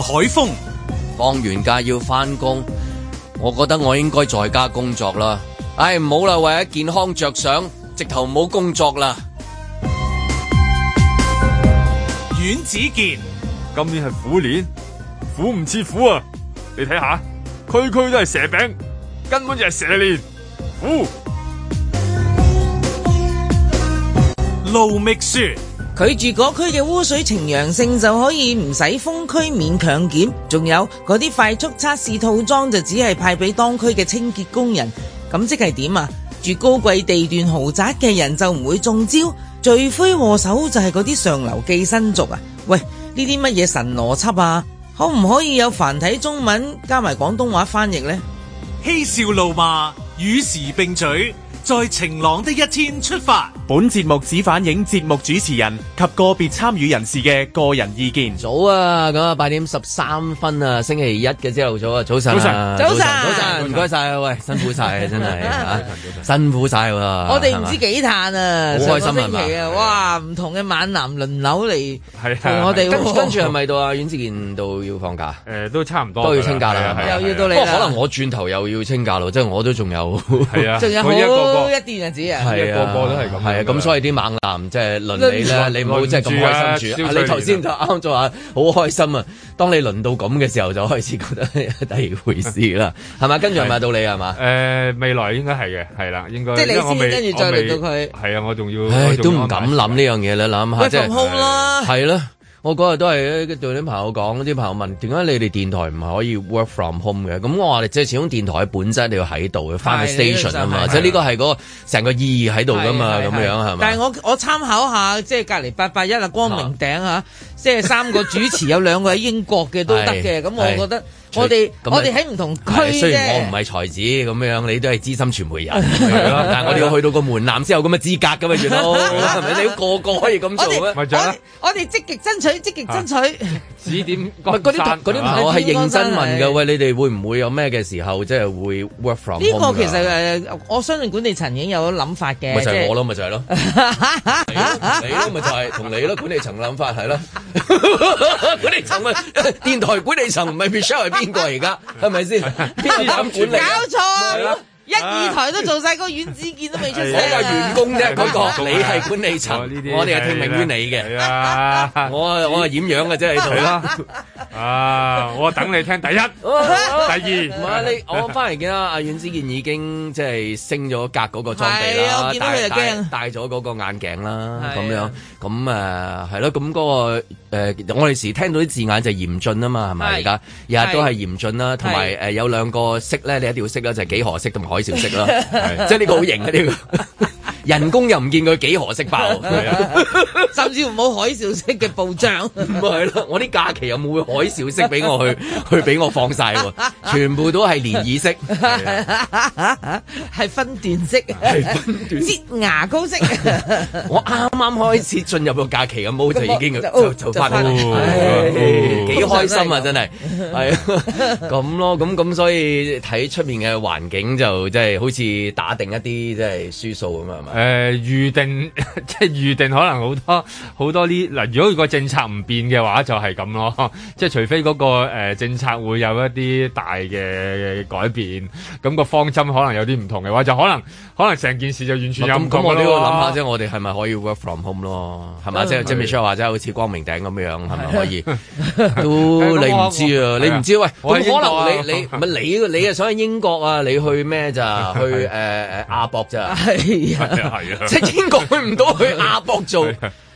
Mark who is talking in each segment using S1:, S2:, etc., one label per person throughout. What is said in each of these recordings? S1: 海風。
S2: 放完假要翻工，我覺得我應該在家工作啦。唉，唔好啦，為咗健康着想，直頭唔好工作啦。
S1: 阮子健，
S3: 今年係虎年，虎唔似虎啊！你睇下，區區都係蛇餅，根本就係蛇年。虎
S1: 盧覓雪，
S4: 拒絕嗰區嘅污水呈陽性就可以唔使封區免強檢，仲有嗰啲快速測試套裝就只係派俾當區嘅清潔工人，咁即係點啊？住高貴地段豪宅嘅人就唔會中招，罪魁禍首就係嗰啲上流寄生族啊！喂，呢啲乜嘢神邏輯啊？可唔可以有繁體中文加埋廣東話翻譯呢？
S1: 嬉笑怒罵，與時並舉，在晴朗的一天出發。
S5: 本節目只反映節目主持人及個別參與人士嘅個人意見。
S2: 早啊，咁啊八點十三分啊，星期一嘅朝頭早啊，早晨啊，
S4: 早
S2: 早
S4: 晨早晨
S2: 晨，唔該晒啊，喂，辛苦晒啊，真係啊辛苦晒喎。
S4: 我
S2: 我
S4: 哋唔知幾嘆啊！
S2: 好開心
S4: 上個星期
S2: 係
S4: 啊，
S2: 嘛
S4: 哇！唔同嘅晚男輪流嚟
S3: 係啊
S4: 同我哋
S2: 跟
S4: 喎，
S2: 跟住係咪到啊？阮志健到要放假？
S3: 誒都差唔多，
S2: 都要清假啦
S3: 係啊係啊
S4: 又要到
S2: 不
S4: 你
S2: 過
S4: 啦
S2: 可能我轉頭又要清假咯，即係我都仲有。
S3: 係啊，
S4: 仲有好
S3: 佢一個個
S4: 一段日子啊！
S2: 係啊，
S3: 個個都係咁樣
S2: 係啊，咁所以啲猛男即係輪你咧，
S3: 輪
S2: 你唔好即係咁開心住。
S3: 輪住啊
S2: 啊你頭先就啱咗話好開心啊！當你輪到咁嘅時候，就開始覺得哎第二回事啦，係咪？跟住係咪到你啊係嘛？
S3: 誒未來應該係嘅，係啦，應該
S4: 即係你
S3: 因為我
S4: 先
S3: 未
S4: 跟住再
S3: 我未
S4: 輪到佢
S3: 係啊，我仲要我
S2: 唉，
S3: 仲
S2: 都
S3: 要
S2: 唔
S3: 安排
S2: 敢諗呢樣嘢啦，諗下
S4: 喂
S2: 啊即係呃
S4: ，from home
S3: 啊
S4: 啦，
S2: 係咯。我嗰日都係對啲朋友講，啲朋友問點解你哋電台唔係可以 work from home 嘅？咁我話你即係始終電台嘅本質你要喺度嘅，翻去
S4: 係呢個
S2: station 啊嘛，
S4: 就係
S2: 即係呢個係嗰個成個意義喺度噶嘛，
S4: 係
S2: 咁
S4: 係係
S2: 樣係嘛？
S4: 但係我我參考下，即係隔離八八一啊，光明頂啊，即係三個主持有兩個喺英國嘅都得
S2: 係
S4: 嘅，咁我覺得
S2: 係
S4: 我哋
S2: 除啊
S4: 我哋喺唔同區
S2: 係雖然我唔係
S4: 啫。
S2: 才子咁樣，你都係資深傳媒人，係咯但係我哋要去到個門檻先有咁嘅資格噶嘛，原 來係咪？你要個個可以咁
S4: 我哋
S2: 做咩？
S3: 咪
S4: 我
S3: 就係啦
S4: 哋我哋積極爭取，積極爭取。
S2: 啊
S3: 指點啊
S2: 唔係嗰啲同嗰啲朋友係認真問
S4: 係
S2: 嘅，喂，你哋會唔會有咩嘅時候即係會 work from
S4: 呢
S2: home 㗎
S4: 個其實誒，我相信管理層已經有諗法
S2: 咪
S4: 嘅，
S2: 就
S4: 即
S2: 啊係
S4: 係
S2: 我咯，咪就 係咯，你咯你咯，咪就係同你咯，管理層諗法係咯， 管理層咪 電台管理層唔係 Michelle 係邊個而家係咪先？邊個諗管理啊？
S4: 搞錯啊，一二台都做晒，個阮子健都未出聲
S2: 我係員
S4: 啊。
S2: 工啫，嗰 個你係管理層，我哋係聽命於你嘅。
S3: 係啊，
S2: 我啊我係掩樣嘅啫喺 度
S3: 係。啦，啊，我等你聽第一、第
S2: 唔
S3: 二，
S2: 係你，我翻嚟見啦，阿阮之健已經即係升咗格嗰個裝備
S4: 係啊
S2: 啦
S4: 我，見到佢
S2: 戴
S4: 就
S2: 戴
S4: 驚
S2: 戴咗嗰個眼鏡啦，
S4: 係
S2: 咁樣
S4: 啊
S2: 咁誒係咯，咁嗰個誒我哋時聽到啲字眼就係嚴峻啊嘛，係咪
S4: 係
S2: 而家日日都係嚴峻啦，同埋
S4: 係
S2: 誒有兩個色咧，你一定要識啦，就係幾何式同埋海嘯式啦， 即係呢個好型啊呢個。人工又唔見佢幾何式 爆，
S3: 係啊
S4: 甚至乎冇海嘯式嘅暴漲。
S2: 咁咪係 咯，我啲假期有冇會海嘯式俾我去 去俾我放晒喎？全部都係連意式，
S3: 啊
S4: 係分段式，擠牙膏式，
S2: 我啱啱開始進入個假期嘅 m 就已經
S4: 就
S2: 就就翻到嚟，
S4: 就
S3: 返嚟
S2: 唉
S3: 哦
S2: 幾開心啊！真係係啊 咁咯，咁咁所以睇出面嘅環境就即係好似打定一啲即係輸數咁啊，係咪？
S3: 誒預呃定 即係預定，可能好多好多呢嗱。如果個政策唔變嘅話，就係咁咯。 即係除非嗰、個、呃、政策會有一啲大嘅改變，咁、個方針可能有啲唔同嘅話，就可能可能成件事就完全有唔
S2: 咁
S3: 同
S2: 咁我都要諗下
S3: 啫。
S2: 啫，我哋係咪可以 work from home 咯？係嘛，
S4: 嗯
S2: 即係即係 Michelle 話齋，好似光明頂咁樣，係咪可以？都你唔知啊，
S3: 我
S2: 你唔知喂，
S3: 我喺英
S2: 咁
S3: 國啊
S2: 可能你你唔係你你啊想去英國啊？你去咩咋？去誒誒亞博咋？
S4: 係 啊，
S3: 係啊係 啊
S2: 即係英國去唔到去亞博做，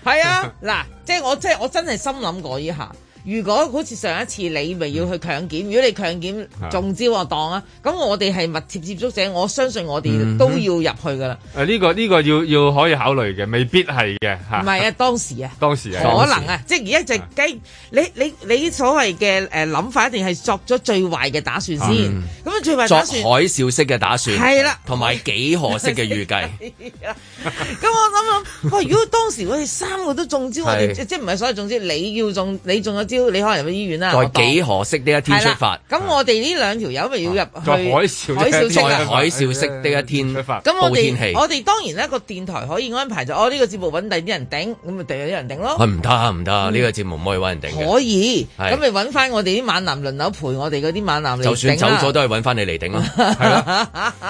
S4: 係啊，嗱，即係我即係我真係心諗過依下。如果好似上一次你咪要去強檢，如果你強檢中招我當啊，咁我哋係密切接觸者，我相信我哋都要入去噶啦。
S3: 誒呃呢個呢、個要要可以考慮嘅，未必係嘅嚇。
S4: 唔係啊，當時啊。
S3: 當時係
S4: 可能啊，即係而家就雞，你你你所謂嘅誒諗法，一定係作咗最壞嘅打算先。咁啊，最壞
S2: 作
S4: 打
S2: 海
S4: 算
S2: 嘯式嘅打算，
S4: 係啦
S2: 同埋幾何式嘅預計，
S4: 咁我諗諗，喂，如果當時我哋三個都中招，我哋
S2: 係
S4: 即即唔係所謂中招，你要中，你中咗朝你可能去醫院啦，我
S2: 在
S4: 當
S2: 幾何式的一天出
S4: 係
S2: 發啊
S4: 啦，咁我哋呢兩條友咪要入去
S3: 在海嘯的
S4: 海
S3: 一天
S2: 在
S4: 式啦。
S2: 海嘯式的一天
S3: 嗯出發
S4: 咁我
S2: 報天氣
S4: 哋我哋當然咧個電台可以安排就，哦我呢個節目揾第啲人頂，咁咪第有啲人頂
S2: 喂
S4: 咯，
S2: 唔得啊唔得，呢個節目唔可以揾人頂嘅，
S4: 可以。
S2: 係
S4: 咁咪揾翻我哋啲猛男輪流陪我哋嗰啲猛男嚟頂啦
S2: 就算走咗都係揾翻你嚟頂啦。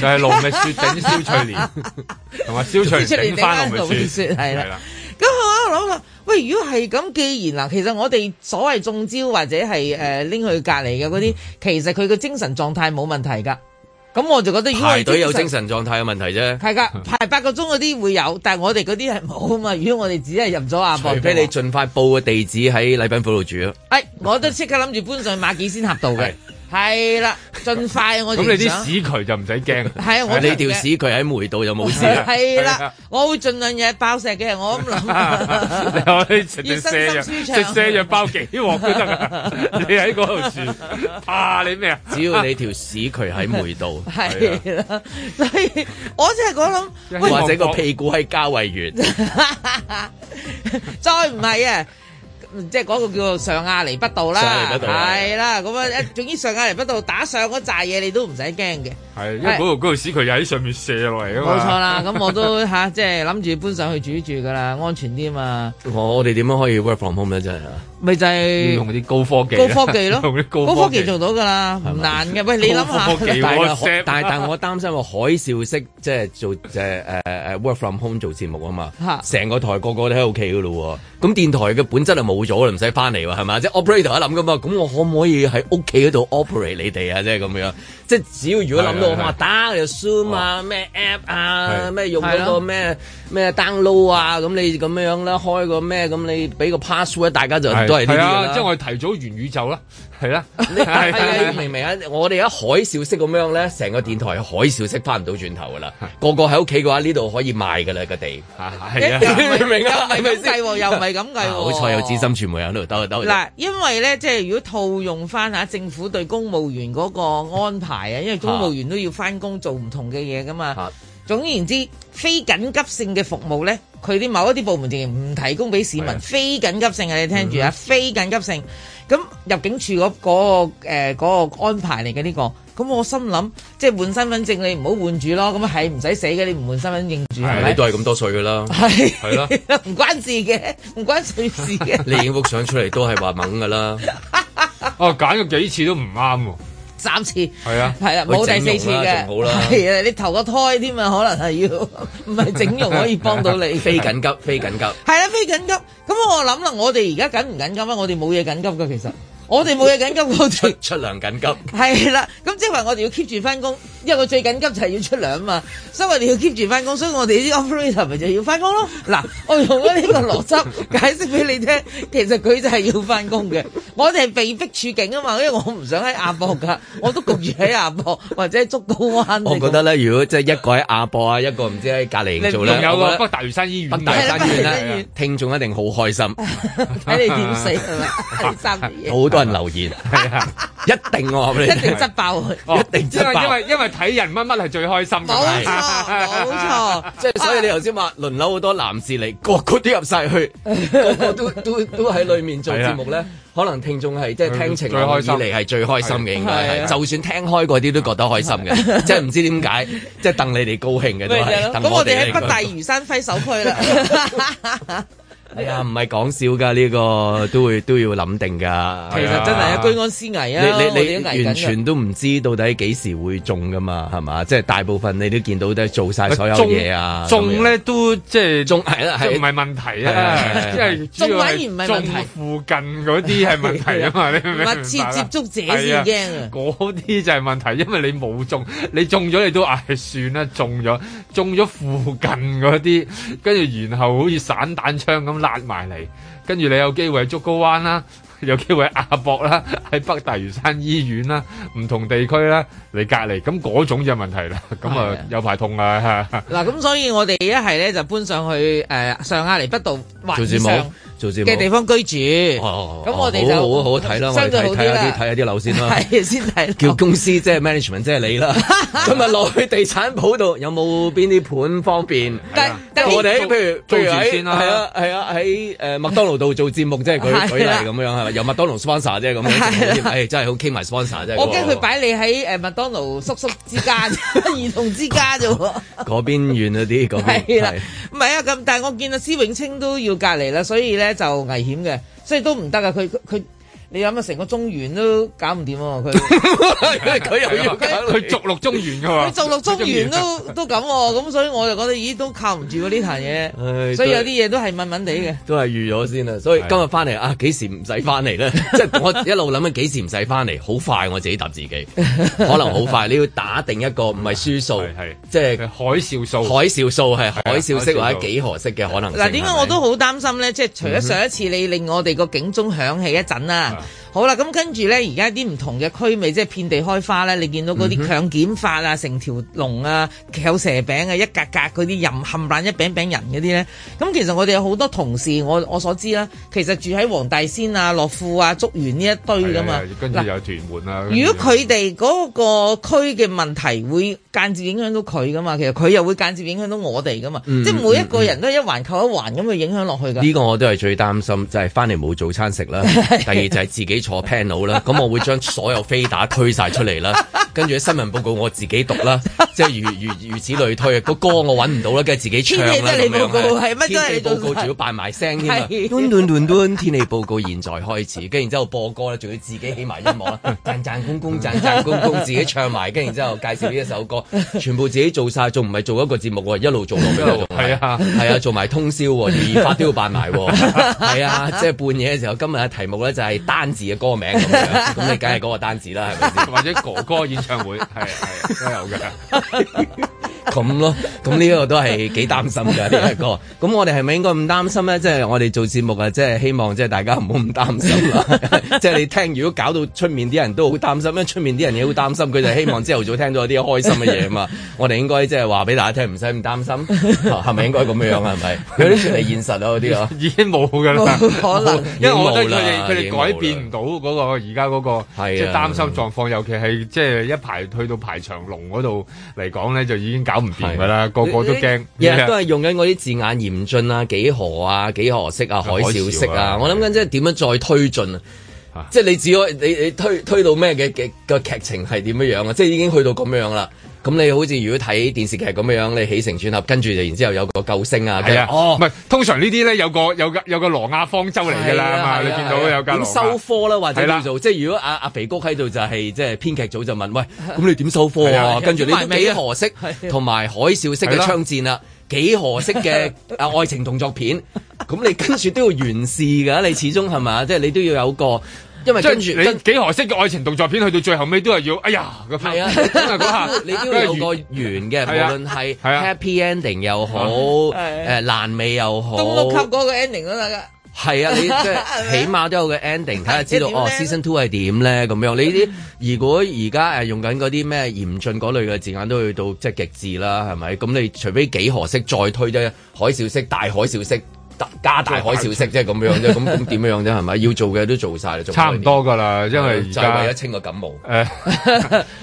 S3: 就係盧覓雪 頂蕭翠蓮，同埋蕭翠蓮
S4: 蕭翠蓮頂
S3: 頂翻盧
S4: 返盧
S3: 覓
S4: 覓
S3: 雪，
S4: 雪係啦
S3: 啦，
S4: 咁啊我諗啦，喂，如果係咁，既然嗱，其實我哋所謂中招或者係誒拎去隔離嘅嗰
S2: 嗯
S4: 啲，其實佢嘅精神狀態冇問題㗎。咁我就覺得如果
S2: 排
S4: 係
S2: 隊有精神狀態嘅問題啫，
S4: 係㗎，排八個鐘嗰啲會有，但係我哋嗰啲係冇啊嘛。如果我哋只係入咗阿
S2: 除非你盡快報個地址喺禮賓府度住咯。
S4: 哎，我都即刻諗住搬上馬己仙峽道嘅，係啦，盡快我
S3: 咁
S4: 哋
S3: 你啲
S4: 想
S3: 屎渠就唔 使驚。
S4: 係啊，我
S2: 你條屎佢喺梅度就冇事 啦。
S4: 係
S3: 係啊
S4: 啦，我會盡量日日爆石嘅，我咁諗。
S3: 你可以食隻瀉藥，
S4: 要身心舒
S3: 食
S4: 暢
S3: 瀉藥包幾鑊都得啊！你喺嗰度住，怕你咩啊？
S2: 只要你條屎渠喺梅度，
S4: 係啦，所以我真係講諗，喂，
S2: 或者個屁股喺嘉惠園，
S4: 再唔係啊，即係嗰個叫做上亞厘不道啦，
S2: 上亞厘畢道啊
S4: 係啦，咁啊，一總之上亞厘不道打上嗰扎嘢，你都唔使驚嘅，
S3: 係，因為嗰度嗰度屎佢又喺上面射落嚟啊嘛。
S4: 冇錯啦。咁我都吓，即係諗住搬上去住一住噶啦，安全啲嘛，
S2: 我我哋點樣可以 work from home 咧？真係啊
S4: 咪就
S3: 要
S4: 係
S3: 用啲高科技，
S4: 高科技咯，
S3: 用啲
S4: 高科技做到噶啦，唔難嘅。喂，你諗
S3: 高科 技
S4: 下，
S2: 但係
S3: WhatsApp
S2: 但 但我擔心啊個海嘯式即係做即係誒誒 work from home 做節目啊嘛
S4: 嚇，
S2: 成個台個個都喺屋企噶咯喎，咁電台嘅本質就冇咗啦，唔使翻嚟喎，係咪？即係 operator 一諗噶嘛，咁我可唔可以喺屋企嗰度 operate 你哋啊？即係咁樣，即係只要如果諗
S3: 係係哦
S2: 到話打又 Zoom 啊，咩 app 啊，
S3: 係
S2: 咩用嗰
S4: 係
S2: 個
S4: 咯
S2: 咩咩 download 啊，咁你咁樣啦，開個咩咁你俾個 password，大家就都係呢啲㗎
S3: 係
S2: 啦
S3: 啊，即係我哋提早元宇宙啦，係啦，
S2: 係啊，
S3: 係
S2: 明唔明啊？我哋而家海嘯式咁樣咧，成個電台係海嘯式翻唔到轉頭噶啦，個個喺屋企嘅話，呢度可以賣噶啦個 地，
S3: 係啊，
S2: 明唔明 啊？係咪
S4: 咁計
S2: 先？啊
S4: 喎，又唔係咁 計喎。
S2: 好彩有資深傳媒喺啊度兜一兜。
S4: 嗱，因為咧，即係如果套用翻嚇政府對公務員嗰個安排啊，因為公務員都要翻工做唔同嘅嘢噶嘛
S2: 啊。
S4: 總言之，非緊急性嘅服務咧，佢啲某一啲部門淨係唔提供俾市
S3: 係啊嗯
S4: 民。非緊急性啊，你聽住啊，非緊急性。咁入境處嗰嗰個誒嗰個安排嚟嘅呢個，咁我心諗即係換身份證，你唔好換住咯。咁啊係唔使死嘅，你唔換身份證住係
S2: 你
S4: 咪？
S2: 都係咁多歲噶啦，
S4: 係
S3: 係咯，
S4: 唔關事嘅，唔關水事嘅。
S2: 你影幅相出嚟都係話猛噶啦，
S3: 哦，揀咗幾次都唔啱喎，
S4: 三次。
S3: 係啊，
S4: 係啦，
S2: 喂
S4: 冇第四次
S2: 整容啦
S4: 嘅，
S2: 仲好啦
S4: 係啊，你投個胎添啊，可能係要，唔係整容可以幫到 你。
S2: 非緊急，非緊 急。
S4: 係啦，非緊急。咁我諗啦，我哋而家緊唔緊急啊？我哋冇嘢緊急㗎，其實我哋冇嘢緊急，我
S2: 出
S4: 哋
S2: 出糧緊急，
S4: 係啦。咁即係話我哋要 keep 住翻工，因為佢最緊急就係要出糧嘛，所以我哋要 keep 住翻工，所以我哋啲 operator 咪就要翻工咯。嗱，我用咗呢個邏輯 解釋俾你聽，其實佢就係要翻工嘅。我哋係被逼處境啊嘛，因為我唔想喺亞博㗎，我都焗住喺亞博或者喺竹篙灣。
S2: 我覺得咧，如果即係一個喺亞博啊，一個唔知喺隔離做
S3: 仲
S2: 咧，我
S3: 有個
S2: 覺
S3: 北
S2: 得
S3: 大嶼山醫院，啊
S2: 北大山醫
S4: 醫
S2: 院
S4: 院
S2: 咧，聽眾一定好開心，
S4: 睇你點死係咪？第三條嘢
S2: 好多人留言，
S3: 係啊，
S2: 一定我話俾你
S4: 一定
S2: 聽。
S4: 執爆佢，
S3: 哦
S2: 一定執爆
S3: 因為因為因為睇人乜乜係最開心㗎
S4: 冇
S3: 嘛
S4: 錯冇錯，
S2: 即係所以你頭先話輪流好多男士嚟，個個都入晒 去，個個都都都喺裏面做節目咧。可能聽眾係即係聽情侶以嚟係最開心嘅，應
S4: 係
S2: 該係
S4: 啊
S2: 就算聽開嗰啲都覺得開心嘅，即係唔知點解，即係戥你哋高興嘅都
S4: 咪就
S2: 係。
S4: 係咯
S2: 戥
S4: 咁我哋
S2: 哋
S4: 喺北大
S2: 嚟講
S4: 嶼山揮手區啦。
S2: 哎呀，唔係講笑㗎，呢個都會都要諗定㗎。
S4: 其實真係啊，居安思危啊！
S2: 你你
S4: 我哋都危緊
S2: 你
S4: 㗎
S2: 完全都唔知到底幾時會中㗎嘛，係嘛？即係大部分你都見到都係做晒所有嘢啊，咁樣
S3: 中咧都即係
S2: 中係啦，
S3: 即係
S2: 係
S3: 唔係問題
S2: 係啊係
S3: 啊
S2: 啊，
S3: 因為主要係中附近嗰啲係問題 啊嘛，你明唔明白啊？
S4: 密切接觸者先驚啊！
S3: 嗰啲就係問題，因為你冇中，你中咗你都唉算啦，中咗中咗附近嗰啲，跟住然後好似散彈槍咁揦埋嚟，跟住你有機會喺竹篙灣啦， 有機會喺亞博啦， 喺北大嶼山醫院啦，唔同地區啦嚟隔離，咁嗰種就問題啦，咁啊
S4: 係啊
S3: 有排痛啊！
S4: 呃嗱，咁所以我哋一係咧就搬上去誒上亞厘畢道或
S2: 做
S4: 以
S2: 節
S4: 上
S2: 目，做節目
S4: 嘅地方居 住。
S2: 哦
S4: 咁我哋就
S2: 好好好好睇啦，我哋
S4: 相對好
S2: 睇睇下啲
S4: 啲啦
S2: 睇下啲樓先啦。
S4: 係先睇啦。
S2: 叫公司即係 management 即係你 啦，咁啊落去地產鋪度有冇邊啲盤方便？
S4: 但但
S2: 我哋喺
S3: 租
S2: 譬如
S3: 租
S2: 譬如
S3: 住
S2: 喺
S3: 先啦
S2: 係啊係啊喺誒麥當勞度做節目，即係
S4: 係啊
S2: 舉
S4: 啦
S2: 舉例咁樣係咪？由麥當勞 sponsor 啫咁樣，誒真係好傾埋 sponsor 啫。
S4: 我驚佢擺你喺呃誒麥當勞叔叔之家、 兒童之家啫喎。
S2: 嗰邊遠咗 啲，嗰邊
S4: 係啦
S2: 係，
S4: 唔係啊咁，但係我見到施永清都要隔離啦，所以咧就危險嘅，所以都唔得啊！佢佢佢，你諗下成個中原都搞唔掂喎，佢
S2: 佢又要
S4: 啊
S3: 佢逐鹿中原㗎喎，
S4: 佢做落中原都
S3: 啊
S4: 都咁喎，咁所以我就覺得咦都靠唔住喎呢壇
S2: 唉
S4: 嘢，所以
S2: 都
S4: 有啲嘢都係問問地
S3: 嗯
S4: 嘅。
S2: 都係預咗先啦，所以今日翻嚟啊，幾時唔使翻嚟 咧？即係我一路諗緊幾時唔使翻嚟，好快我自己答自己，可能好快你要打定一個唔係輸數
S3: 係係，
S2: 即係
S3: 海嘯數。
S2: 海嘯數係
S4: 啊
S2: 海嘯式或者
S3: 海嘯數
S2: 幾何式嘅可能性。
S4: 嗱，點解
S2: 係咪
S4: 我都好擔心咧？即係
S3: 嗯
S4: 除咗上一次你令我哋個警鐘響起一陣啦，
S3: 啊
S4: 好啦，咁跟住咧，而家啲唔同嘅區咪即係遍地開花咧，你見到嗰
S3: 嗯
S4: 啲強檢法啊、成條龍啊、翹蛇餅啊、一格格嗰啲任冚爛一餅餅人嗰啲咧，咁其實我哋有好多同事，我我所知啦，其實住喺黃大仙啊、樂富啊、竹園呢一堆
S3: 係
S4: 噶
S3: 啊
S4: 嘛
S3: 係啊，跟住
S4: 嗱
S3: 有屯門啦。
S4: 如果佢哋嗰個區嘅問題會間接影響到佢噶嘛，其實佢又會間接影響到我哋噶嘛，
S2: 嗯
S4: 即係每一個人都一環扣一環咁去影響落去噶。
S2: 呢個我都係最擔心，就係翻嚟冇早餐食 啦。第二就係自己坐 panel 啦，咁我會將所有飛打推晒出嚟 啦，跟住新聞報告我自己讀啦，即係如如如此類推。啊個歌我揾唔到啦，跟住自己唱啦。
S4: 天氣都係你
S2: 咁樣
S4: 報告係乜都係
S2: 天
S4: 你
S2: 氣報告
S4: 做晒
S2: 仲要扮埋聲添啊！
S4: 係
S2: 嘟嘟嘟嘟天氣報告現在開始，跟住然之後播歌咧，仲要自己起埋音樂 啦，讚讚公公讚讚公公，自己唱埋，跟住然之後介紹呢一首歌，全部自己做晒，仲唔係做一個節目喎，一路做落去嗰種
S3: 係啊。
S2: 係啊，做埋通宵喎，二發都要扮埋喎。係啊，即係半夜嘅時候，今日嘅題目咧就係單字嘅歌名咁樣，咁你梗係嗰個單字啦，係咪先？
S3: 或者哥哥演 唱會，係係都有嘅。
S2: 咁咯，咁呢個都係幾擔心㗎呢一個。咁我哋係咪應該唔擔心咧？即係我哋做節目啊，即係希望即係大家唔好咁擔心啦。 即係你聽，如果搞到出面啲人都好擔心，因為出面啲人亦好擔心，佢就希望朝頭早聽到一啲開心嘅嘢嘛。我哋應該即係話俾大家聽，唔使咁擔心，哦係咪應該咁樣啊？係咪？有啲脫離現實啊，嗰啲啊。
S3: 已經冇㗎啦，
S4: 冇可能
S3: 因為我覺得
S2: 已經冇啦
S3: 佢哋
S2: 已
S3: 佢
S2: 經
S3: 哋
S2: 冇啦
S3: 改變唔到嗰個而家嗰個
S2: 係啊
S3: 即係擔心狀況，尤其係即係一排去到排長龍嗰度嚟講咧，就已經搞唔掂㗎啦，個個都驚。
S2: 日日都係用緊嗰啲字眼嚴峻啊、幾何啊、幾何式啊、海嘯式
S3: 海嘯
S2: 啊，
S3: 啊
S2: 我諗緊即係點樣再推進啊
S3: 啊？
S2: 即係你只可以你你推推到咩嘅嘅個劇情係點樣樣啊？即係已經去到咁樣啦。咁你好似如果睇電視劇咁樣，你起承轉合，跟住就然之後有個救星啊，跟
S3: 係
S2: 住
S3: 啊，
S2: 哦
S3: 唔。係通常呢啲咧有個有個有個羅亞方舟嚟㗎啦
S2: 啊
S3: 嘛，你見到有架羅
S2: 點收
S3: 亞。
S2: 科啦，或者
S3: 係啦
S2: 叫做即係如果阿阿肥谷喺度就係即係編劇組就問喂， 咁你點收科
S3: 係
S2: 啊？
S3: 啊
S2: 跟住你
S4: 埋
S2: 都
S4: 尾
S2: 幾
S4: 啊
S2: 何式同埋海嘯式嘅
S3: 係啦
S2: 槍戰啦，幾何式嘅 啊愛情動作片，咁你跟住都要完事㗎，你始終係嘛？即係你都要有個，因為
S3: 即係
S2: 啊跟住跟
S3: 你幾何式嘅愛情動作片，去到最後尾都係要，哎呀咁
S2: 係啊
S3: 樣，真係嗰下，
S2: 你都要有個完嘅，無
S3: 係啊
S2: 論係
S3: 係啊
S2: happy ending 又好，
S4: 係
S2: 誒爛尾又好，
S4: 東六級嗰個 ending 都得噶，
S2: 係啊， 你即係起碼都有個 ending，睇下知道
S4: 即係點
S2: 哦
S4: 咧
S2: ，season two 係點咧咁樣。 你啲如果而家誒用緊嗰啲咩嚴峻嗰類嘅字眼都去到即係極致啦，係咪？咁你除非幾何式再推啫，海嘯式、大海嘯式、大加大海嘯式即係咁樣啫。 咁咁點樣啫係咪？要做嘅都做晒啦，仲
S3: 差唔多㗎啦，因為而
S2: 就係為
S3: 家
S2: 咗。清個感冒。
S3: 誒，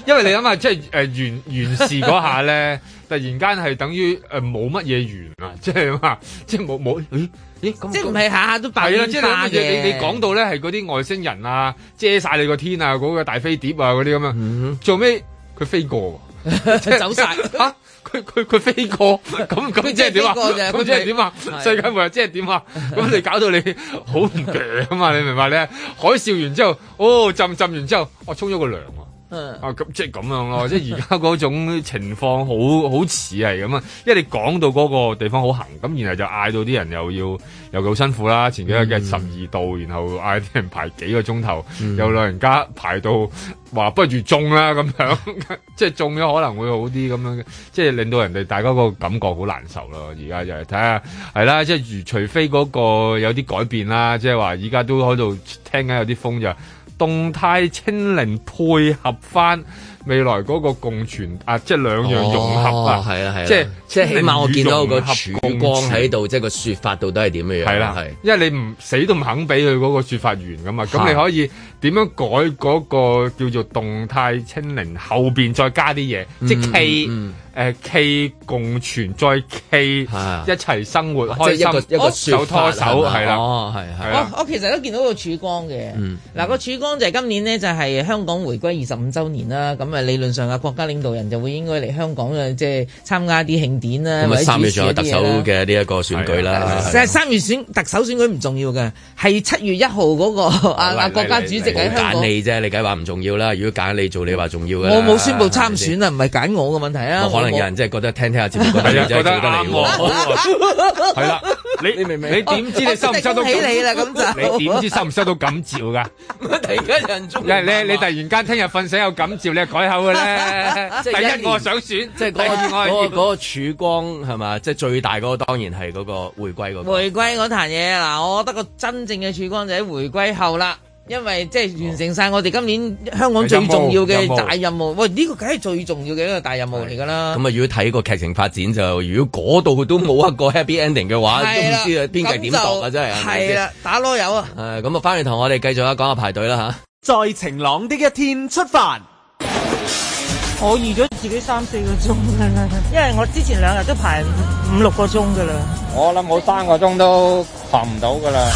S3: 因為你諗下，即係誒完完事嗰下咧， 突然間係等於誒冇乜嘢完啊，即係話即係冇冇咦咦咁
S4: 即係唔
S3: 咁
S4: 係下下都
S2: 啊
S4: 爆
S3: 係啦，
S4: 煙
S3: 即
S4: 花
S3: 係你
S4: 嘅。
S3: 你你講到咧係嗰啲外星人啊，遮晒你個天啊，嗰、個大飛碟啊嗰啲咁樣，做咩佢飛過喎？即係
S4: 嗯 走晒
S3: 嚇！佢佢佢飛過，咁咁即係點啊？
S4: 佢真係飛過咋
S3: 咁即係點啊？世界末日即係點啊？咁你搞到你好唔鋸啊嘛！你明白咧？海嘯完之後，哦浸浸完之後，我沖咗個涼啊！
S4: 嗯
S3: 啊，咁即係咁樣咯， 即係而家嗰種情況好 好似係咁啊，因為你講到嗰個地方好行，咁然後就嗌到啲人又要又好辛苦啦，前幾日嘅十二度，然後嗌啲人排幾個鐘頭，有老人家排到話不如中啦咁樣， 即係中咗可能會好啲咁樣嘅，即係令到人哋大家個感覺好難受咯。而家就係睇下係啦，即係如除非嗰個有啲改變啦，即係話而家都喺度聽緊有啲風就。動態清零配合翻未來嗰個共存啊，即係兩樣融合
S2: 哦
S3: 啊，
S2: 係啦係啦，
S3: 即係
S2: 即係起碼我見到個
S3: 融合
S2: 曙
S3: 共
S2: 光
S3: 存
S2: 喺度，即係個説法到底係點樣樣？
S3: 係啦，
S2: 係
S3: 因為你唔死都唔肯俾佢嗰個説法完噶嘛，咁你可以點樣改嗰個叫做動態清零後邊再加啲嘢，即係 K
S2: 嗯
S3: 誒 K 共存再 K 一
S2: 啊
S3: 齊生活，
S2: 即係
S3: 開
S2: 一個
S3: 心哦
S2: 一個
S3: 手
S2: 説
S3: 拖
S2: 法
S3: 手
S2: 係嘛
S3: 係啊啦，
S2: 哦係係嗯
S3: 係啦
S6: 我我其實都見到個曙光嘅，嗱個曙光就係今年呢，就係香港回歸二十五週年啦，咁啊理論上啊國家領導人就會應該嚟香港啊，即係參加啲慶典啦，
S2: 咁
S6: 或
S2: 啊
S6: 者
S2: 三月
S6: 主持一啲
S2: 仲有特
S6: 嘢
S2: 首
S6: 啦
S2: 嘅呢一個選舉
S4: 啊
S2: 啦，啊
S6: 即係呃三月選特首選舉唔重要嘅，係七月一號嗰個啊
S3: 嚟
S6: 啊
S3: 嚟
S6: 國家主席
S3: 嚟
S6: 喺香
S3: 嚟
S2: 揀
S6: 港，
S2: 你啫，你梗係話唔重要啦。如果揀你做，你話重要嘅。
S6: 我冇宣布參選啊，唔係揀我嘅問題啊，
S2: 我可能有人真係覺得聽聽下節 目，覺
S3: 係啊，
S2: 得
S3: 覺
S2: 真係
S3: 得
S2: 做得
S3: 啱
S2: 嚟
S3: 喎，
S2: 喎。
S3: 好喎，係啦，你你明唔明？你點知你收唔收
S6: 我我真係
S3: 到
S6: 恭喜你啦咁 就
S3: 你點知收唔收到感召㗎？
S2: 突然間有人中
S3: 因為你你突然間聽日瞓醒有感召，你係改口嘅咧。
S2: 即係一年
S3: 第一我想選，
S2: 即係
S3: 第二
S2: 嗰個嗰個
S3: 我
S2: 嗰個曙光係嘛？即係最大嗰個當然係嗰個回歸嗰個。
S6: 回歸嗰壇嘢嗱，我覺得個真正嘅曙光就喺回歸後啦。因為即係完成晒我哋今年香港最重要
S3: 任
S6: 嘅
S3: 務
S6: 大任務，喂呢個梗係最重要嘅一個大任務嚟㗎啦。
S2: 咁啊，如果睇個劇情發展就，如果嗰度都冇一個 happy ending 嘅話，都唔
S6: 係啦
S2: 知啊編劇點度啊！真係係咪
S6: 係
S2: 先。
S6: 啦，打攞友啊！
S2: 誒咁啊，翻嚟同我哋繼續啊，講下排隊啦嚇。
S5: 在晴朗的一天出發。
S7: 我預咗自己三四個鐘噶啦， 因為我之前兩日都排五六個鐘噶啦。
S8: 我諗我三個鐘都行唔到噶啦。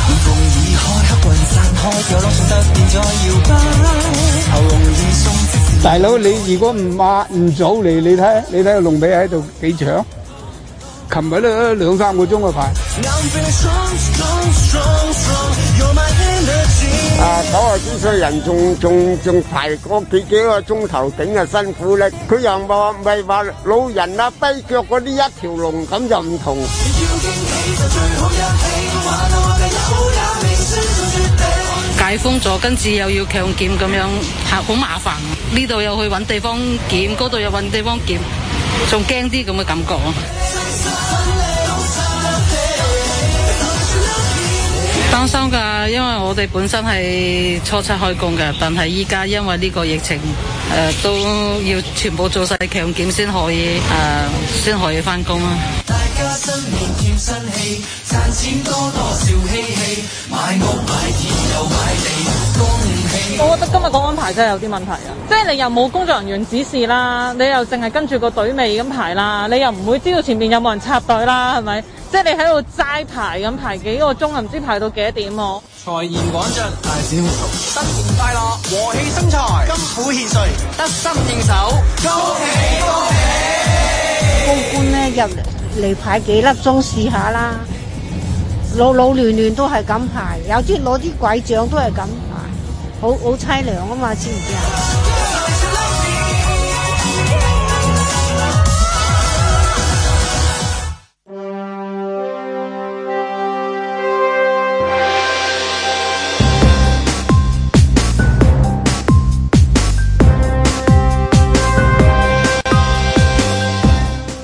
S9: 大佬，你如果唔話唔早嚟，你睇你睇個龍尾喺度幾長？琴日都兩三個鐘啊排。
S10: 啊，九啊幾歲人仲仲仲排嗰幾幾個鐘頭頂啊，辛苦咧。佢又唔話唔係話老人啊、跛腳嗰啲一條龍咁就唔同。
S11: 解封咗，跟住又要強檢咁樣，係好麻煩。啊呢度又去揾地方檢，嗰度又揾地方檢，仲驚啲咁嘅感覺啊。擔心㗎，因為我哋本身係初七開工嘅，但係依家因為呢個疫情，誒、都要全部做晒強檢先可以誒，呃先、可以翻工啊。
S7: 我覺得今日個安排真係有啲問題啊！即係你又冇工作人員指示啦，你又淨係跟住個隊尾咁排啦，你又唔會知道前面有冇人插隊啦，係咪？即係你喺度齋排咁排幾個鐘，唔知排到幾多點喎、
S8: 財源廣進，大小新年快樂，和氣生財，金虎獻瑞，得心應手，恭喜恭喜！
S12: 高官咧入嚟排幾粒鐘試下啦，老老亂亂都係咁排，有啲攞啲鬼獎都係咁排，好好凄涼啊嘛，知唔知啊？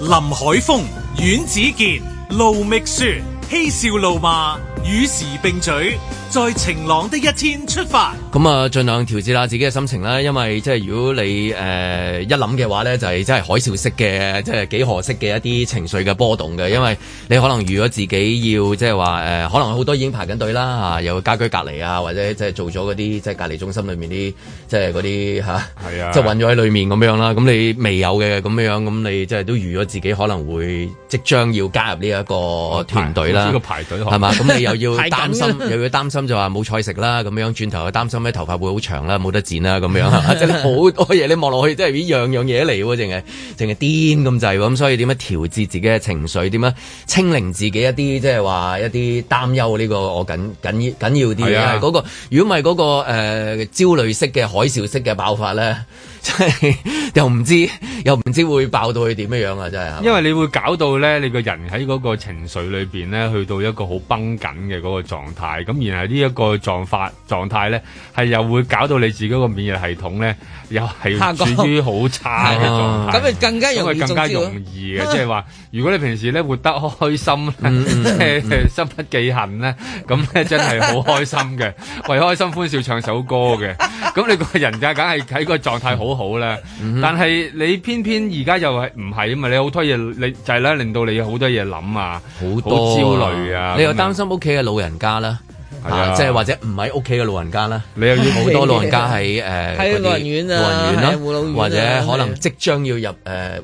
S1: 林海峰、阮子健、盧覓雪，嬉笑怒罵，與時並舉，在晴朗的一天出發。
S2: 咁啊，盡量調節下自己嘅心情啦，因為即係如果你誒、呃一諗嘅話咧，就係、真係海嘯式嘅，即係幾何式嘅一啲情緒嘅波動嘅，因為你可能預咗自己要即係話誒，可能好多已經排緊隊啦嚇，又家居隔離啊，或者即係做咗嗰啲即係隔離中心裏面啲即係嗰啲嚇，
S3: 係啊
S2: 即係韞咗喺裏面咁樣啦。咁你未有嘅咁樣，咁你即係都預咗自己可能會即將要加入呢一個團隊啦。
S3: 呢個排隊
S2: 係
S3: 學
S2: 嘛？咁你又要
S6: 排緊
S2: 擔心， 又要擔心就話冇菜食啦，咁樣轉頭又擔心咧頭髮會好長啦，冇得剪啦，咁樣係嘛即係好多嘢你望落去，即係咦樣樣嘢嚟喎，淨係淨係癲咁滯喎，咁所以點樣調節自己嘅情緒？點樣清零自己一啲即係話一啲擔憂呢個我緊緊緊要啲嘅，
S3: 係啊
S2: 因為嗰個如果唔係嗰個誒焦慮式嘅海嘯式嘅爆發咧，真係 又唔知又唔知會爆到去點樣樣啊！真係係嘛
S3: 因為你會搞到咧，你個人喺嗰個情緒裏邊咧，去到一個好繃緊嘅嗰個狀態，咁然後呢一個狀法狀態咧，係又會搞到你自己個免疫系統咧，又
S6: 下降
S3: 係處於好差嘅狀態。
S6: 咁咪更加
S3: 因
S6: 容
S3: 為
S6: 易
S3: 更
S6: 中
S3: 加
S6: 招啊。
S3: 容易嘅，即 係話，如果你平時咧活得開心
S2: 嗯
S3: 咧，即 係 心不記恨咧，咁咧真係好開心嘅，為開心歡笑唱首歌嘅。咁你個人就梗係 喺個狀態好好啦。
S2: 嗯
S3: 但係你偏偏而家又係唔係啊嘛？你好多嘢，你就係咧令到你好多嘢諗啊，好
S2: 多啊
S3: 焦慮啊。
S2: 你又
S3: 咁樣
S2: 擔心屋企嘅老人家啦。
S3: 係啊
S2: 啊，即係或者唔喺屋企嘅老人家 啦，
S3: 你 又
S2: 要好多老人家喺誒
S4: 喺
S2: 嗰啲
S4: 老人院啊
S2: 老人院
S4: 係啊護老院啊
S2: 啦，或者可能即將要入誒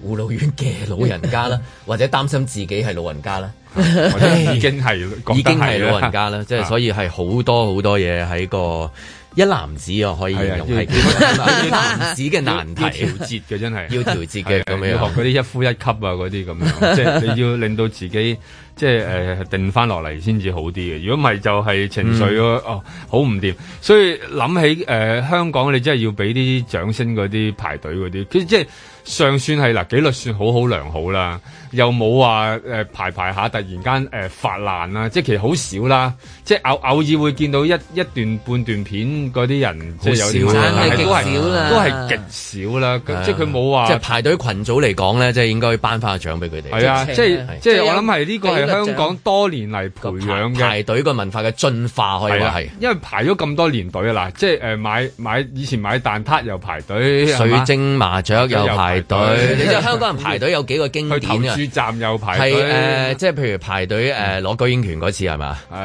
S2: 護老院嘅老人家 啦，或者擔心自己係老人家啦，
S3: 或者已經係覺得
S2: 已經係
S3: 啦
S2: 老人家 啦，即係
S3: 啊
S2: 所以係好多好多嘢喺個一男子啊，可以形容係一男子嘅難題，
S3: 要調節嘅真係，啊
S2: 要調節嘅咁樣
S3: 要學嗰啲一呼一吸啊，嗰啲咁 樣，即係你要令到自己即係誒、呃定翻落嚟先至好啲嘅。如果唔係就係情緒
S2: 嗯
S3: 咯，哦好唔掂。所以諗起誒、呃香港，你真係要俾啲掌聲嗰啲排隊嗰啲，佢即係。尚算係嗱，紀律算好好良好啦，又冇話誒排排下突然間誒、呃、發爛啦，即係其實好少啦，即係偶偶爾會見到一一段半段片嗰啲人，即係有
S2: 好少
S3: 啲
S2: 啦
S3: 但係都係
S2: 真係極少啦
S3: 都係極少啦，咁即係佢冇話
S2: 即係排隊群組嚟講咧，即係應該頒翻個獎俾佢哋。
S3: 係啊即係即係我諗係呢個係香港多年嚟培養嘅
S2: 排隊個文化嘅進化，可以話
S3: 係
S2: 係
S3: 啊。因為排咗咁多年隊啊嗱，即係誒買買以前買蛋撻又排隊，係
S2: 水
S3: 嘛
S2: 晶麻雀又排隊
S3: 啊又排隊，
S2: 你知香港人排隊有幾個經典
S3: 去投
S2: 啊？呃
S3: 注站又排嗯
S2: 係
S3: 隊，
S2: 誒，即係譬如排隊誒攞居英權嗰次係嘛？
S3: 誒
S2: 嚇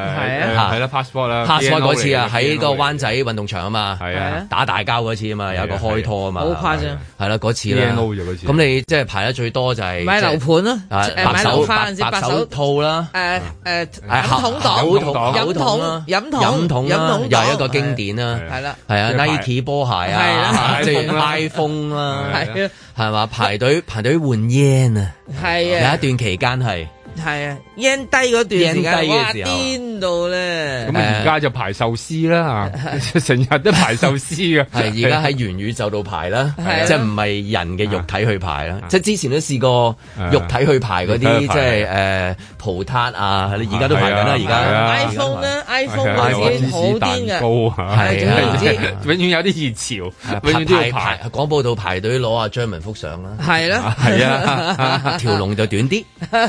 S3: 係啊呃啦 passport 啦
S2: 啊 passport 嗰次啊，
S3: BNO 嚟嘅
S2: 喺個灣仔運動場啊嘛，
S3: 係啊
S2: 打大交嗰次啊嘛，有一個開拖啊嘛，
S4: 好誇張
S2: 係啦嗰次啦
S3: BNO 啫嗰次
S2: 咁你即係排得最多就係
S4: 買樓盤咯
S2: 啊
S4: 誒買
S2: 白
S4: 樓
S2: 手
S4: 花嗰
S2: 白
S4: 陣時白
S2: 白
S4: 手
S2: 手套啦。啊
S4: 誒誒
S2: 係
S4: 飲筒黨，
S2: 口
S3: 啊
S2: 筒
S4: 飲
S2: 口筒啦
S4: 筒飲筒
S2: 飲啊筒啦，
S4: 黨
S2: 又一個經典啦，
S4: 係啦
S2: 係啊
S4: 即係排
S2: ，Nike 波鞋
S4: 係啦
S2: 啊，即係 iPhone 啦，
S3: 啊
S2: 係係嘛，排隊排隊換 yen 啊，
S4: 係
S2: 有一
S4: 啊
S2: 段期間係。
S4: 係啊 yen 低嗰段時
S2: yen 低嘅
S4: 間，哇
S2: 時候
S4: 癲到咧！
S3: 咁啊
S2: 呃
S3: 而家就排壽 司啦嚇，成日都排壽司嘅。
S2: 係而家喺元宇宙度排啦
S3: 係啊，
S2: 即係唔係人嘅肉體去排啦，即係之前都試過
S3: 啊
S2: 肉體去排嗰啲，
S3: 肉體去
S2: 即
S3: 排
S2: 係誒葡撻啊，而家都排緊啦，
S3: 係
S2: 而
S3: 啊
S2: 家
S4: iPhone 咧，iPhone
S3: 係啊
S4: 嗰
S3: 芝
S4: 時
S3: 士
S4: 好癲
S3: 蛋糕
S4: 嘅，
S3: 啊，
S2: 係啊
S3: 即係永遠有啲熱潮，永遠都
S2: 排
S3: 要排
S2: 排。廣播道排隊攞阿張文福相啦，
S4: 係啦，
S2: 係 啊， 條龍就短啲，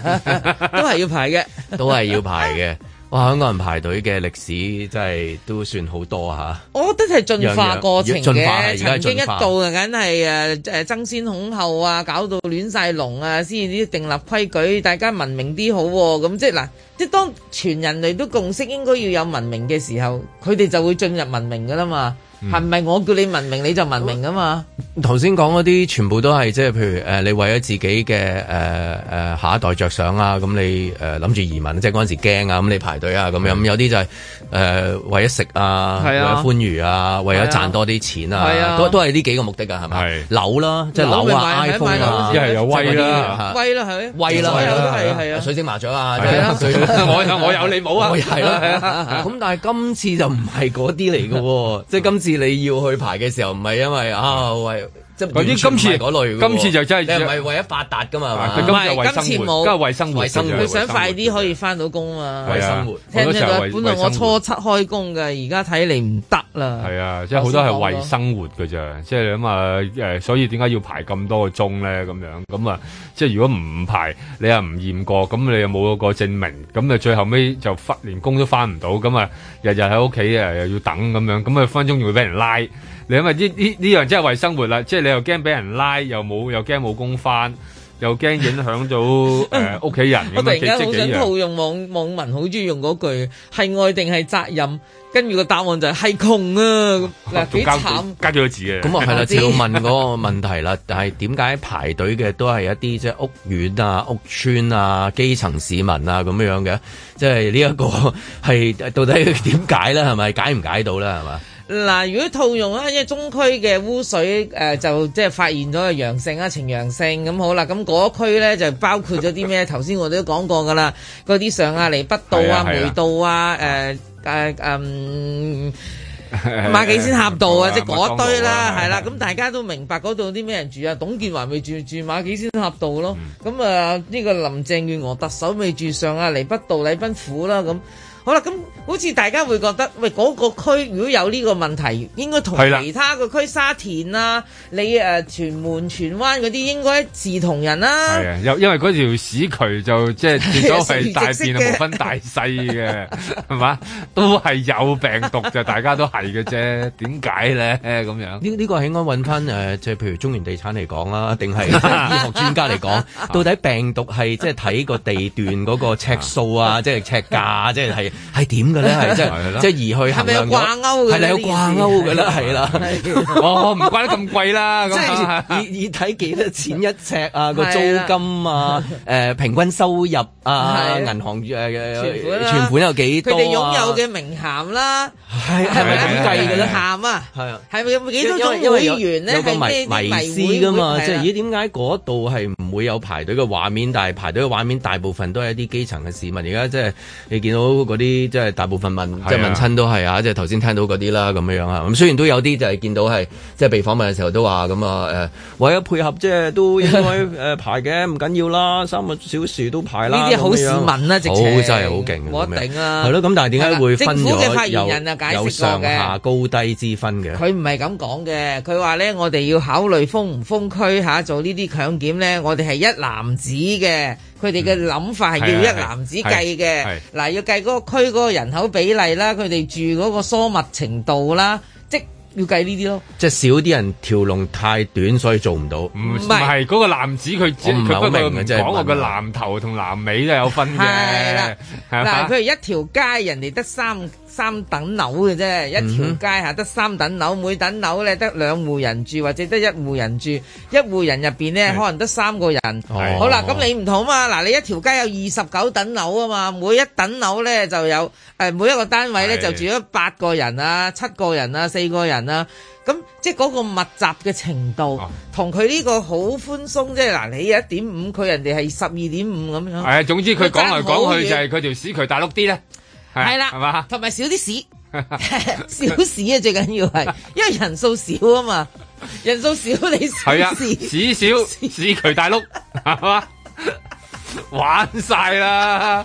S4: 都係要排嘅，
S2: 都係要排嘅。哇！香港人排隊嘅歷史真係都算好多嚇。
S4: 我覺得係進化過程
S2: 樣樣進化係
S4: 嘅，
S2: 而家係
S4: 曾經一
S2: 進化
S4: 度啊，梗係誒誒爭先恐後啊，搞到亂晒龍啊，先至定立規矩，大家文明啲好喎、咁即係嗱，即係當全人類都共識應該要有文明嘅時候，佢哋就會進入文明噶啦嘛。係咪我叫你文明你就文明噶嘛？
S2: 頭先講嗰啲全部都係即係譬如誒、呃你為咗自己嘅誒誒下一代着想啊，咁你誒諗住移民，即係嗰陣時驚啊，咁你排隊啊咁樣，咁有啲就係、誒、為咗食啊，
S4: 係
S2: 為
S4: 啊
S2: 咗歡愉啊，為咗賺多啲錢
S4: 係啊
S2: 啊，都都係呢幾個目的㗎，係咪？樓啦，即係
S4: 樓咪
S2: 樓啊
S4: 買咪買
S2: ，iPhone 啊，
S3: 樓一係有威啊啦
S2: 威
S4: 威啦係咪，
S2: 威啦，
S4: 所有都係係啊。
S2: 水晶麻雀啊，
S3: 係啊
S2: 即係水
S3: 我有我有你冇啊
S2: 我係
S3: 係
S2: 啦
S3: 啊，
S2: 咁但係今次就唔係嗰啲嚟嘅喎，即係今次你要去排嘅時候，唔係因為啊喂。即係
S3: 嗰啲
S2: 完全唔係
S3: 今次
S2: 嗰類嘅喎
S3: 今次就真係
S2: 你唔係為咗發達㗎嘛？
S3: 佢
S2: 係
S3: 今
S2: 嘛
S3: 次係為生
S4: 今
S3: 活
S4: 次冇
S3: 今日為生活
S2: 為生活
S4: 佢想快啲可以翻到工啊嘛，
S3: 為生活
S4: 聽唔聽到啊
S3: 好多時候為
S4: 本來我
S3: 為生活
S4: 初七開工嘅，而家睇嚟唔得啦。
S3: 係啊，即係好多係為生活嘅啫，即係咁啊誒，所以點解要排咁多個鐘咧？咁樣咁啊，即係如果唔排，你又唔驗過，咁你又冇嗰個證明，咁啊最後尾就翻連工都翻唔到，咁啊日日喺屋企誒又要等咁樣，咁啊分鐘仲會俾人拉。你因為呢呢呢樣真係為生活啦，即係你又驚俾人拉，又冇又驚冇工翻，又驚影響 到誒屋企人
S4: 我突
S3: 咁啊，
S4: 然
S3: 即
S4: 間好
S3: 係
S4: 想
S3: 幾
S4: 套
S3: 樣。
S4: 用網網民好中意用嗰句係愛定係責任，跟住個答案就係係窮 啊咁嗱幾慘，
S3: 加咗個字嘅。
S2: 咁啊係啦，
S4: 我知
S2: 就要問嗰個問題啦。但係點解排隊嘅都係一啲即係屋苑啊、屋村啊、基層市民啊咁樣嘅？即係呢一個係到底點解咧？係咪解唔解到咧？係嘛？
S4: 嗱，如果套用啊啦，因為中區嘅污水誒、呃就即係發現咗個陽性啊，呈陽性咁好啦，咁嗰區咧就包括咗啲咩？頭先我哋都講過噶啦，嗰啲上亞厘畢道
S7: 係
S4: 啊、
S7: 啊係啊
S4: 梅道啊、誒誒嗯。馬幾仙峽道 啊，即係嗰堆啦，係啦，咁大家都明白嗰度啲咩人住啊？董建華咪住住馬幾仙峽道呃咯，咁啊呢個林鄭月娥特首咪住上啊，彌畢道禮賓府啦，咁好啦，咁好似大家會覺得，喂嗰、個區如果有呢個問題，應該同
S3: 係啦
S4: 其他個區沙田啊、你誒、呃屯門、荃灣嗰啲應該視同仁啦、
S3: 係啊，因因為嗰條屎渠就即係跌咗係大便
S4: 食完即食
S3: 啊，
S4: 嘅
S3: 無分大細嘅，係嘛？都係有病毒就大家都係嘅啫，點解咧咁樣？
S2: 呢呢個係應該揾翻誒，即係譬如中原地產嚟講啦，定係即係醫學專家嚟講，到底病毒係即係睇個地段嗰個尺數啊，即係尺價，即係係係點嘅咧？係即
S3: 係
S2: 係
S3: 啦
S2: 即係而去衡量咗
S3: 係咪有掛鈎嘅
S2: 係啦，有
S3: 呢件事
S2: 掛鈎嘅啦，係啦。
S3: 哦，唔怪得咁貴啦，咁
S2: 即係
S3: 啊
S2: 以以睇幾多錢一尺啊，個租
S3: 係啦
S2: 金啊，誒平均收入啊，
S4: 係啊
S2: 銀行誒
S4: 款啦
S2: 存款有幾
S4: 佢
S2: 多
S4: 哋擁有
S2: 啊？
S4: 嘅名銜啦，
S2: 係
S4: 係咪
S2: 係
S4: 啊？
S2: 係
S4: 名
S2: 係
S4: 銜啊，
S2: 係啊。
S4: 係咪有幾多種
S2: 因為
S4: 會
S2: 有
S4: 員咧？
S2: 有個
S4: 係
S2: 迷
S4: 咩啲
S2: 迷思
S4: 會
S2: 㗎嘛，
S4: 會
S2: 即係
S4: 係啦
S2: 咦點解嗰度係唔會有排隊嘅畫面，但係排隊嘅畫面大部分都係一啲基層嘅市民。而家即係你見到嗰啲即係大部分問
S3: 係啊
S2: 即係問親都係啊，即係頭先聽到嗰啲啦咁樣樣啊。咁雖然都有啲就係見到係即係被訪問嘅時候都話咁啊誒，為咗配合即係都 應該誒排嘅，唔緊要啦，三個小時都排啦。
S4: 呢啲好
S2: 咁樣樣
S4: 市民啊啦直情
S2: 好真係好勁，
S4: 冇
S2: 咁
S4: 得
S2: 樣
S4: 頂啊
S2: 係咯，咁但係點解會分
S4: 政府嘅發
S2: 咗
S4: 言
S2: 有
S4: 人啊解釋過嘅
S2: 有上下高低之分嘅？
S4: 佢唔係咁講嘅，佢話咧，我哋要考慮封唔封區嚇、做呢啲強檢咧，我哋係一籃子嘅，佢哋嘅諗法係要一籃子計
S8: 係係
S4: 嘅，嗱要計嗰個區嗰個人口比例啦，佢哋住嗰個疏密程度啦，即要計呢啲咯。
S2: 即係少啲人條龍太短，所以做唔到。唔
S3: 唔係嗰個男子佢只
S2: 我唔
S3: 佢
S2: 係好
S3: 不過
S2: 明
S3: 唔
S2: 嘅真係
S3: 講我個
S2: 問下
S3: 男頭同男尾都有分嘅，
S4: 係啦
S3: 係
S4: 嗱，
S3: 嘛
S4: 譬？如一條街人哋得三三等樓嘅啫，一條
S3: 嗯哼
S4: 街下得三等樓，每等樓咧得兩戶人住或者得一戶人住，一戶人入邊咧可能得三個人。
S8: 係
S4: 好啦，咁你唔同啊嘛？嗱，你一條街有二十九等樓啊嘛，每一等樓咧就有誒、呃每一個單位咧
S8: 係
S4: 就住咗八個人啊、七個人啊、四個人啊。咁即係嗰個密集嘅程度，同佢呢個好寬鬆，即係嗱，你一點五，佢人哋係十二點五咁樣。
S3: 係啊，總之佢講嚟講去就
S4: 係。
S3: 係佢條屎渠大碌啲咧，
S4: 係
S3: 係嘛
S4: 啦，？同埋少啲屎， 少屎啊最緊要係，因為人數少啊嘛，人數少你少
S3: 係 啊，
S4: 屎，
S3: 屎少屎渠大碌， 係嘛？玩晒啦！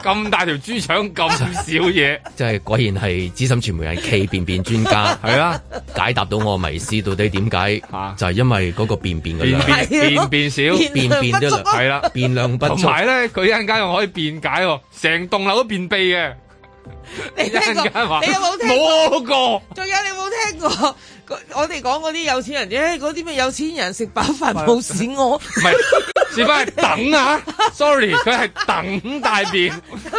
S3: 咁大條豬腸咁少 嘢，
S2: 即係果然係資深傳媒人暨便便專家，
S3: 係啊，
S2: 解答到我迷思到底點解，就係因為嗰個便便嘅量
S3: 便便便便少
S2: 便便都量
S3: 係啦
S2: 便量不
S3: 同
S2: 足。
S3: 埋咧，佢一陣間又可以辯解喎，成棟樓都便秘嘅。
S4: 你聽過？
S3: 一陣間話
S4: 你有冇聽過？
S3: 冇過。
S4: 仲有你有冇聽過？ 個我哋講嗰啲有錢人，誒嗰啲咩有錢人食飽飯
S3: 啊
S4: 冇屎屙，
S3: 唔 係，屎翻係等啊！Sorry，佢係等大便，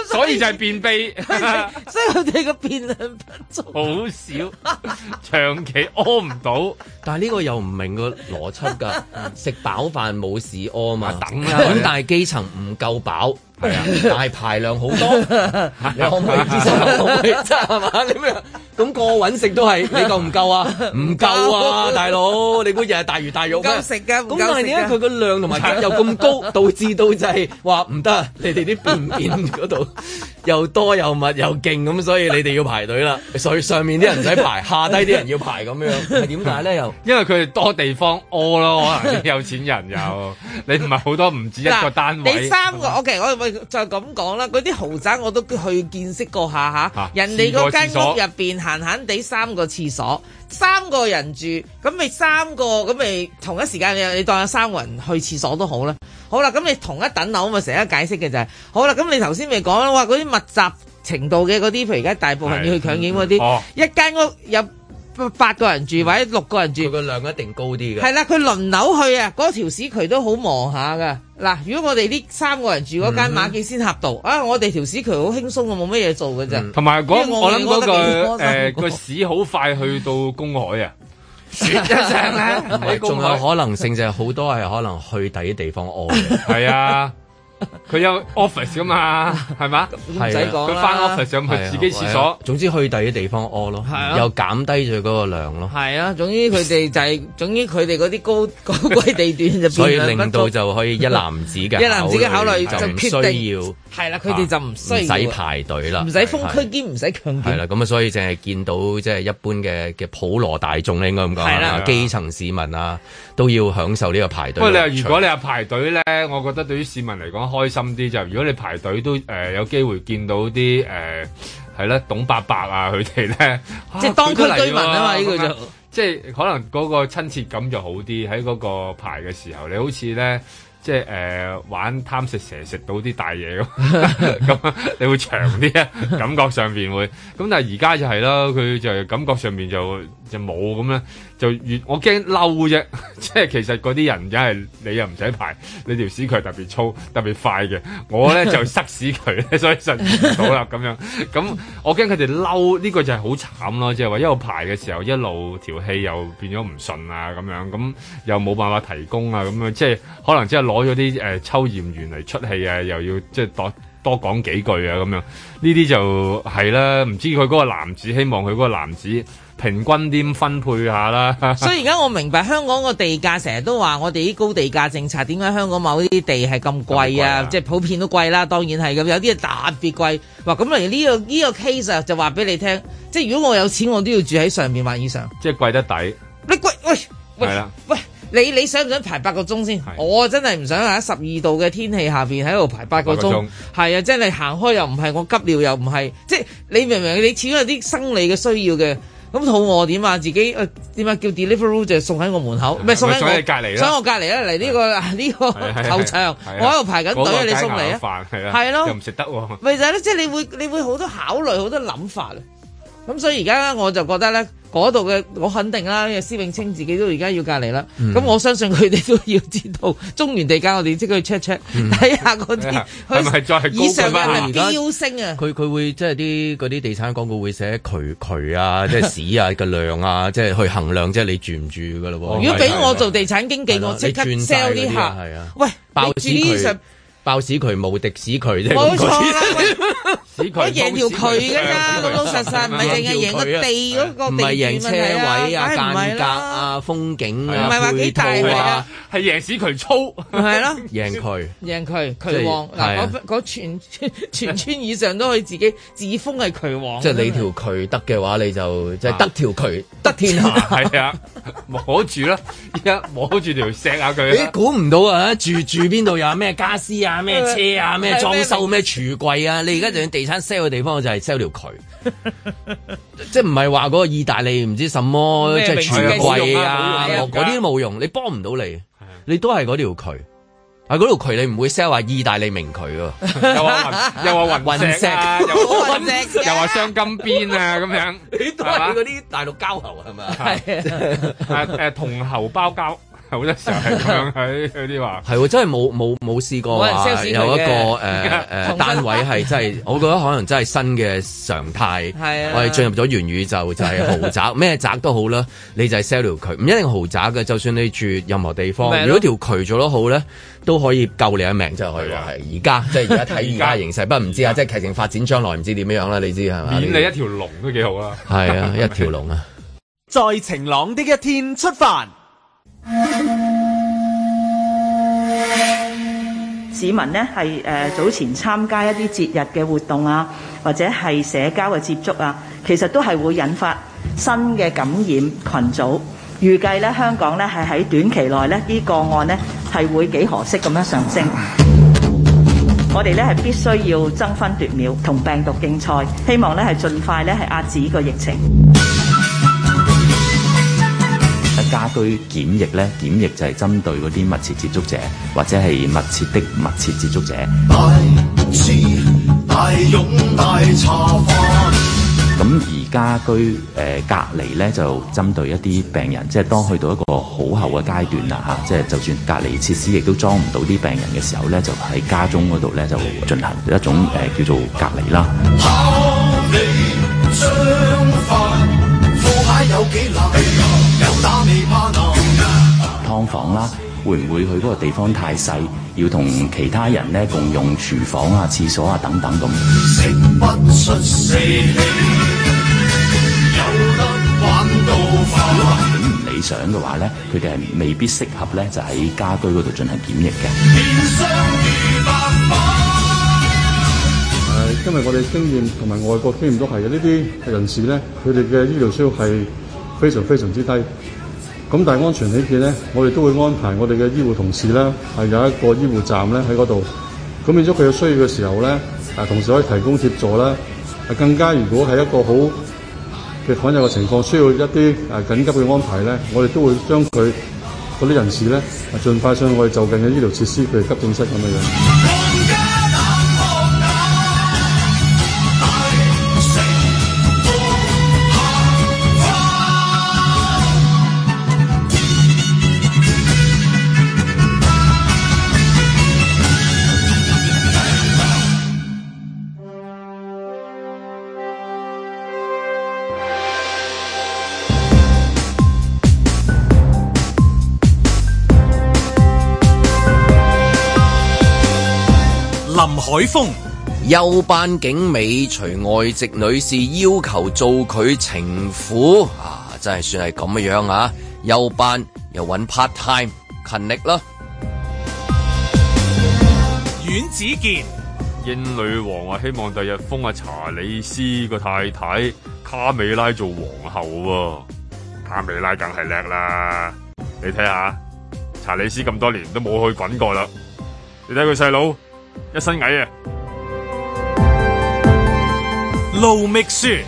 S3: 所以就係 便秘，
S4: 所以佢哋個便量不足。
S3: 好少，長期屙唔到。
S2: 但係呢個又唔明個邏輯㗎，食飽飯冇屎屙嘛，等
S3: 啦
S2: 咁但係基層唔夠飽，係啊，但係排量好多，你可唔可以資深可唔可以真係嘛？你咩？咁過揾食都係你夠唔夠啊？唔夠啊，大佬，你估日日大魚大肉咩？
S4: 唔夠食㗎唔
S2: 啊
S4: 夠
S2: 咁但係點解
S4: 食㗎
S2: 佢個量同埋又咁高，導致到就係話唔得，你哋啲便便嗰度 又多又密又勁咁，所以你哋要排隊啦。所以上面啲人唔使排，下低啲人要排咁樣，係點解咧又？
S3: 因為佢哋多地方屙咯，可能啲有錢人有，你唔係好多唔止一個單位。
S4: 你三 個 OK，我咪就咁講啦。嗰啲豪宅我都去見識過下
S3: 嚇
S4: 嚇，人哋嗰間
S3: 四個廁所
S4: 屋入邊閒閒地三個廁所，三個人住，咁咪三個咁咪同一時間你你當有三個人去廁所都好啦。好啦，咁你同一等樓咪成日解釋嘅就係、好啦。咁你頭先咪講啦，哇嗰啲密集程度嘅嗰啲，譬如而家大部分要去
S3: 嗯
S4: 強檢嗰啲，
S2: 係哦
S4: 一間屋有八個人住或者六個
S3: 嗯
S4: 人住。
S2: 佢個量一定高啲嘅。
S4: 係啦，佢輪流去啊，嗰條屎渠都好忙下噶。嗱，如果我哋呢三個人住嗰
S2: 嗯
S4: 間馬記仙峽道啊，我哋條屎渠好輕鬆啊，冇乜嘢做嘅啫。
S2: 嗯
S3: 同埋嗰
S4: 因為
S3: 我諗嗰
S4: 覺得幾開
S3: 個
S4: 心
S3: 誒個屎好快去到公海啊！一聲咧
S2: 唔係，仲有可能性就係好多係可能去第啲地方屙嘅，
S3: 係啊，佢有 office 噶嘛，係嘛？
S2: 唔使講
S3: 佢
S2: 啦
S3: 翻 office 上去自己廁
S2: 係啊
S3: 所。
S2: 總之去第啲地方屙咯
S4: 係，啊
S2: 又減低咗嗰個量咯，
S4: 係啊，總之佢哋就係、總之佢哋嗰啲高 高貴地段就
S2: 所以
S4: 變量
S2: 令
S4: 不
S2: 到
S4: 足
S2: 就可以一籃子嘅
S4: 一籃子嘅考慮
S2: 就唔
S4: 就決
S2: 需
S4: 定
S2: 要。啊
S4: 係啦，佢哋就唔需要啊
S2: 唔使排隊啦，
S4: 唔使封
S2: 係
S4: 區兼唔使強
S2: 係
S4: 檢。
S2: 啦，咁啊，所以淨係見到即係一般嘅嘅普羅大眾咧，應該咁講
S3: 係
S2: 啦
S3: 啦，
S2: 基層市民啊，都要享受呢個排
S3: 不
S2: 隊樂
S3: 過
S2: 趣。
S3: 你話如果你係排隊咧，我覺得對於市民嚟講開心啲就係，如果你排隊都誒、呃有機會見到啲誒呃係啦，董伯伯啊佢哋 咧，
S4: 即係
S3: 啊
S4: 當
S3: 佢都嚟
S4: 區居民啊嘛
S3: 喎
S4: 呢個
S3: 咁
S4: 就
S3: 樣即係可能嗰個親切感就好啲，喺嗰個排嘅時候，你好似咧。即係誒、呃玩貪食蛇食到啲大嘢咁， 咁啊你會長啲啊， 感覺上邊會。咁但係而家就係啦，佢就感覺上邊就就冇咁咧，就越我驚嬲啫。 即係其實嗰啲人梗係你又唔使排，你條屎渠特別粗、特別快嘅，我咧就塞屎渠咧， 所以實唔到啦咁樣。咁我驚佢哋嬲，呢、個就係好慘咯，即係話一路排嘅時候，一路條氣又變咗唔順啊咁樣，咁又冇辦法提供啊咁樣，即係可能即係攞咗啲誒抽驗員嚟出氣啊，又要即係多多講幾句啊咁樣，呢啲就係啦，唔知佢嗰個男子希望佢嗰個男子平均啲咁分配下啦。
S4: 所以而家我明白香港個地價成日都話我哋啲高地價政策點解香港某啲地係咁貴啊？即係普遍都貴啦，當然係咁，有啲係特別貴。哇！咁嚟呢個呢、個 case 啊，就話俾你聽，即係如果我有錢，我都要住喺上面或以上。
S3: 即係貴得抵，
S4: 你貴喂喂
S3: 係啦。
S4: 喂，你你想唔想排八個鐘先？我真係唔想啊喺十二度嘅天氣下邊喺度排八個
S3: 八個
S4: 鐘
S3: 鐘。
S4: 係啊，即係你行開又唔係，我急尿又唔係，即係你明唔明？你始終有啲生理嘅需要嘅。咁肚餓點啊？自己誒點啊？叫 delivery 就送喺我門口，唔係送喺
S3: 啊送
S4: 我
S3: 喺你隔離啦
S4: 送喺我隔離啦，嚟呢個呢
S3: 係
S4: 個
S3: 係
S4: 球場，
S3: 係
S4: 我喺度排緊
S3: 嗰個
S4: 隊啊！你
S3: 街
S4: 送嚟
S3: 牛
S4: 啊！
S3: 飯係啦，
S4: 係咯
S3: 又唔食得喎。
S4: 咪就係咯，即係你會你會好多考慮，好多諗法啊！咁所以而家我就覺得咧，嗰度嘅我肯定啦，因為施永清自己都而家要隔離啦。
S6: 嗯
S4: 咁、我相信佢哋都要知道中原地價，我哋即刻去 check check 睇下嗰啲
S2: 嗯 係咪再係高
S4: 以上
S2: 貴翻
S4: 嘅
S2: 而
S4: 係
S2: 家
S4: 飆升啊！
S2: 佢佢會即係啲嗰啲地產廣告會寫渠渠 啊，即係屎啊嘅量啊，即係去衡量即係你住唔住噶咯喎。
S4: 如果俾我
S2: 哦係
S4: 做地產經紀，
S2: 啦
S4: 我即刻
S2: 你轉晒
S4: sell 啲
S2: 嗰
S4: 客。
S2: 啊係啊，
S4: 喂，
S2: 爆
S4: 你
S2: 屎
S4: 住 呢
S2: 渠
S4: 上，
S2: 爆屎渠無敵屎渠啫。
S4: 冇
S2: 咁
S4: 錯
S2: 嗰
S4: 啦
S2: 啲，
S3: 屎
S4: 我贏條渠㗎
S2: 啊
S4: 咋，老老實實唔係淨係贏個
S2: 佢啊
S4: 地嗰個
S2: 唔
S4: 地
S2: 係贏
S4: 段
S2: 車
S4: 問題啊，
S2: 位啊、
S4: 梗係唔係
S2: 間隔
S4: 啦。
S2: 啊、風景啊、
S4: 唔係話幾大
S2: 配套
S4: 啊
S2: 啊，
S3: 係贏屎渠粗，
S4: 係咯，
S2: 贏佢。
S4: 贏佢
S2: 即
S4: 渠
S2: 係
S4: 王嗱，
S2: 係啊
S4: 嗰嗰全 全村以上都可以自己自封係渠王。
S2: 即係你條渠得嘅話，你就
S4: 啊
S2: 即係得條渠得天下。
S3: 係啊，摸住啦，依家摸住條石下 佢
S2: 你
S3: 啦。
S2: 估唔到啊！住住邊度又有咩家私啊、咩車啊、咩裝修、咩櫥櫃啊？你而家就算地產 sell 嘅地方就係 sell 條渠， 即係唔係話嗰個意大利唔知什麼
S3: 咩
S2: 即係櫥櫃啊
S3: 名詞嘅冇用啊冇用啊，
S2: 嗰啲都冇用，你幫唔到你，你都係嗰啊條渠。啊！嗰條渠你唔會 sell 話意大利名渠喎，
S3: 又話雲又話雲 石啊
S2: 雲石
S3: 又話
S2: 雲石
S3: 又話雙金邊啊咁樣，
S2: 你都係嗰啲大陸交流係咪啊
S3: 啊誒銅喉包膠，好多時候係咁樣喺嗰啲 話。
S2: 係喎，真係冇冇冇試過
S3: 冇人
S2: 話
S3: sell 市渠嘅
S2: 有一個誒誒
S3: 重新
S2: 單位係真係，我覺得可能真係新嘅常態。
S4: 係啊
S2: 我哋進入咗元宇宙就係豪宅，咩宅都好啦，你就係 sell 條渠，唔一定豪宅嘅，就算你住任何地
S4: 咪
S2: 方，
S4: 係
S2: 如
S4: 咯
S2: 果條渠做得好咧，都可以救你一命，就可以話係而家，即係而家睇而家形勢，不過唔知啊，即係劇情發展將來唔知點樣啦，你知係嘛？
S3: 免你一條龍都幾好啊！
S2: 係啊，一條龍啊！
S5: 在晴朗的一天出發。
S13: 市民呢係誒早前參加一啲節日嘅活動啊，或者係社交嘅接觸啊，其實都係會引發新嘅感染群組。預計呢，香港呢係喺短期內呢，呢個案呢係會幾何式咁樣上升。我哋呢係必須要爭分奪秒同病毒競賽，希望呢係盡快呢係壓止個疫情。
S14: 家居檢疫咧，檢疫就係針對嗰啲密切接觸者，或者係密切的密切接觸者。
S8: 大勇大茶飯，
S14: 咁而家居誒、呃隔離咧，就針對一啲病人，即係當去到一個好後嘅階段啦嚇、即係就算隔離設施亦都裝唔到啲病人嘅時候咧，就喺家中嗰度咧就進行一種誒、呃叫做隔離啦。
S8: 考你相反，副牌有幾難？有打未怕難。
S14: 劏房啦，會唔會佢嗰個地方太細，要同其他人咧共用廚房啊、廁所啊等等咁？
S8: 食不出四氣，有得玩到飯。
S14: 咁唔理想嘅話咧，佢哋係未必適合咧，就喺家居嗰度進行檢疫嘅。
S15: 誒，因為我哋經驗同埋外國經驗都係嘅，呢啲人士咧，佢哋嘅醫療需要係非常非常之低。咁但係安全起見咧，我哋都會安排我哋嘅醫護同事咧，係有一個醫護站咧喺嗰度，咁變咗佢有需要嘅時候咧，啊同時可以提供協助啦。啊更加如果係一個好嘅罕有嘅情況，需要一啲啊緊急嘅安排咧，我哋都會將佢嗰啲人士咧，啊盡快上我哋就近嘅醫療設施，譬如急症室咁嘅樣。
S1: 林海峰、
S2: 休班警美除外籍女士要求做佢情婦啊，真係算係咁嘅樣啊！休班又揾 part time，勤力啦。
S1: 阮子健、
S3: 英女王話希望第日封阿查理斯個太太卡美拉做皇后喎、卡美拉梗係叻啦，你睇下查理斯咁多年都冇去滾過啦，你睇佢細佬一身蟻啊！
S1: 路觅雪。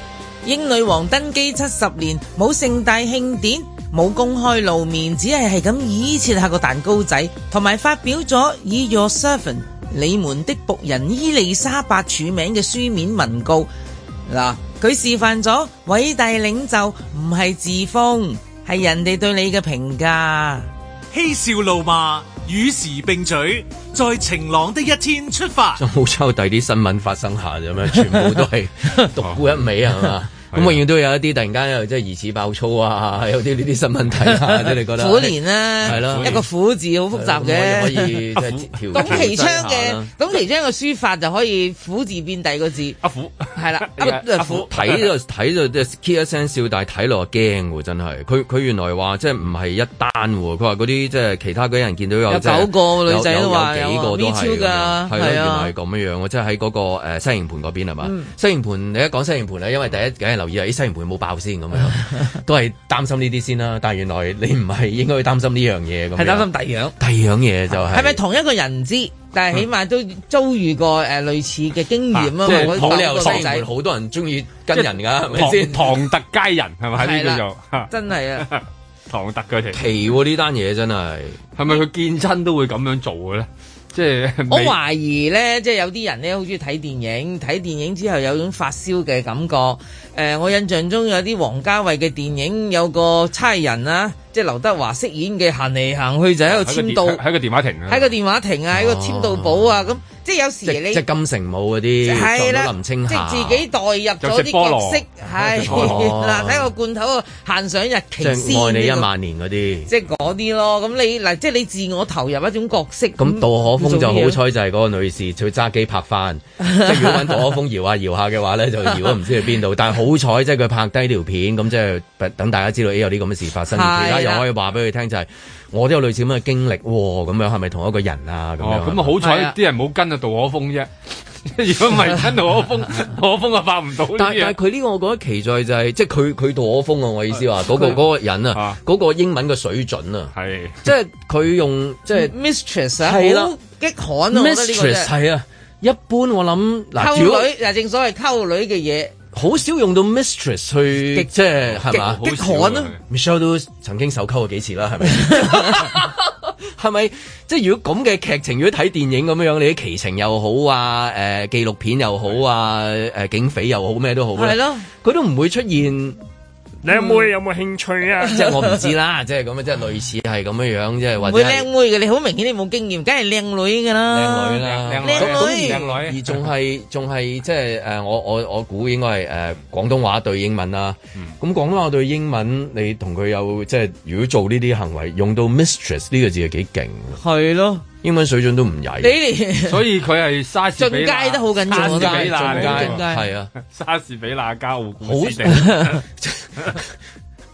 S4: 英女王登基七十年，冇盛大慶典，冇公開露面，只係係咁以切下個蛋糕仔，同埋發表咗以 Your Servant 你們的僕人伊麗莎白署名嘅書面文告。嗱，佢示範咗偉大領袖唔係自封，係人哋對你嘅評價。
S1: 嬉笑怒罵，與時並舉，在晴朗的一天出發。
S2: 就冇抽第啲新聞發生下啫 嘛，全部都係獨沽一味啊係嘛？咁永遠都有一啲突然間又即係疑似爆粗啊， 有啲呢啲新問題啊，即係你覺 得
S4: 苦年啦，
S2: 係咯，
S4: 一個苦字好複雜嘅，
S2: 可以可以 即係調
S4: 董 其昌
S2: 調劑下
S4: 嘅
S2: 啦
S4: 董其昌嘅書法就可以苦字變第二個字，
S3: 阿苦
S4: 係啦，啊阿苦
S2: 睇就睇就即係 k 一聲笑，但係睇落就驚喎，真係。佢佢原來話即係唔係一單喎，佢話嗰啲即係其他嗰啲人見到有
S4: 有
S2: 即係
S4: 九個女仔都話
S2: 有有有幾個
S4: 有
S2: 都
S4: 啊
S2: 係
S4: Me too
S2: 咁
S4: 㗎
S2: 樣係咯，
S4: 係
S2: 原
S4: 啊
S2: 來係咁樣樣喎，即係喺嗰個誒西營盤嗰邊係嘛
S4: 嗯？
S2: 西營盤你一講西營盤咧，因為第一梗係留意係咦西營盤有冇爆先咁 樣，都係擔心呢啲先啦。但係原來你唔係應該擔心呢樣嘢咁樣，
S4: 係擔心第二樣。
S2: 第二樣嘢就係
S4: 係咪同一個人唔知？但係起碼都遭遇過誒類似嘅經驗啊嘛，
S2: 即係
S4: 我
S2: 冇理由
S4: 講
S2: 西
S4: 個
S2: 營
S4: 仔
S2: 盤好多人中意跟人㗎，係咪先？
S3: 唐特佳人係咪呢
S2: 係
S3: 叫做
S2: 啦？
S3: 嚇
S4: 真係啊！
S3: 唐特佢哋
S2: 奇喎呢單嘢真係，
S3: 係咪佢見親都會咁樣做嘅咧？即係
S4: 我
S3: 未
S4: 懷疑咧，即係有啲人咧好中意睇電影，睇電影之後有種發燒嘅感覺。誒、我印象中有啲王家衞嘅電影有個差人啦，即係劉德華飾演嘅行嚟行去
S2: 啊
S4: 就喺度簽到，
S3: 喺個電喺個電話亭啊
S4: 喺個電話亭啊，喺個簽到簿啊，咁即係有時
S2: 哦即
S4: 你
S2: 即金城武嗰啲
S4: 係
S2: 撞
S4: 啦
S2: 到，林青
S4: 即
S2: 霞，
S4: 係自己代入咗啲角色，係啦，睇個罐頭啊，限上日
S2: 即
S4: 期先，
S2: 係愛你一萬年嗰啲。
S4: 即係嗰啲咯。咁你嗱，即係你自我投入一種角色。
S2: 咁杜可風就好彩就係嗰個女士，佢揸機拍 翻。即係如果揾杜可風搖下搖下嘅話咧，就搖咗唔知去邊度。但係好彩即係佢拍低條片，咁即係等大家知道咦有啲咁嘅事發生。
S3: 係啦
S2: 其他又可以話俾佢聽就係我都有類似咁嘅經歷喎，咁樣係咪同一個人啊？咁樣
S3: 哦，咁啊好彩啲人冇跟啊杜可風啫。 如果唔係跟杜可風， 杜可風啊發唔到呢
S2: 但但
S3: 啲嘢。
S2: 佢呢個我覺得奇在就係、即係佢佢杜可風啊！我意思話嗰、個嗰個人啊，嗰、個英文嘅水準啊，
S3: 係
S2: 即係佢用即係
S4: mistress 啊，
S2: 係啦
S4: 好激罕啊！我覺得呢個真
S2: mistress 係啊，一般我諗嗱，
S4: 溝
S2: 如果
S4: 女嗱，正所謂溝女嘅嘢，
S2: 好少用到 mistress 去即係係嘛
S4: 極極罕啊
S2: Michelle 都曾經手溝過幾次啦，係咪？ 係咪即係如果咁嘅劇情，如果睇電影咁樣樣，你啲奇情又好啊，誒、紀錄片又好啊，誒、警匪又好，咩都好啦，
S16: 係咯，
S2: 佢都唔會出現。
S16: 你阿妹有冇興趣啊？
S2: 即係我唔知啦，即係咁樣，啊即係類似係咁樣樣，即係或
S4: 唔
S2: 者
S4: 會
S2: 係
S4: 靚妹嘅，你好明顯你冇經驗，梗係靚女㗎啦，
S2: 靚女啦，
S4: 靚女，
S2: 咁而而仲係 仲係即係誒，我我我估應該係誒廣東話對英文啦。咁廣東話對英文，你同佢有即係如果做呢啲行為，用到 mistress 呢個字係幾勁。
S4: 係咯，
S2: 英文水準都唔曳。
S4: 你 哋
S3: 所以佢係莎士比
S4: 進
S3: 亞
S4: 階都好緊要
S3: 莎士
S4: 我覺得進階
S3: 比亞嚟
S4: 進
S3: 㗎
S4: 階
S2: 係啊，
S3: 莎士比亞交互故事定
S2: 好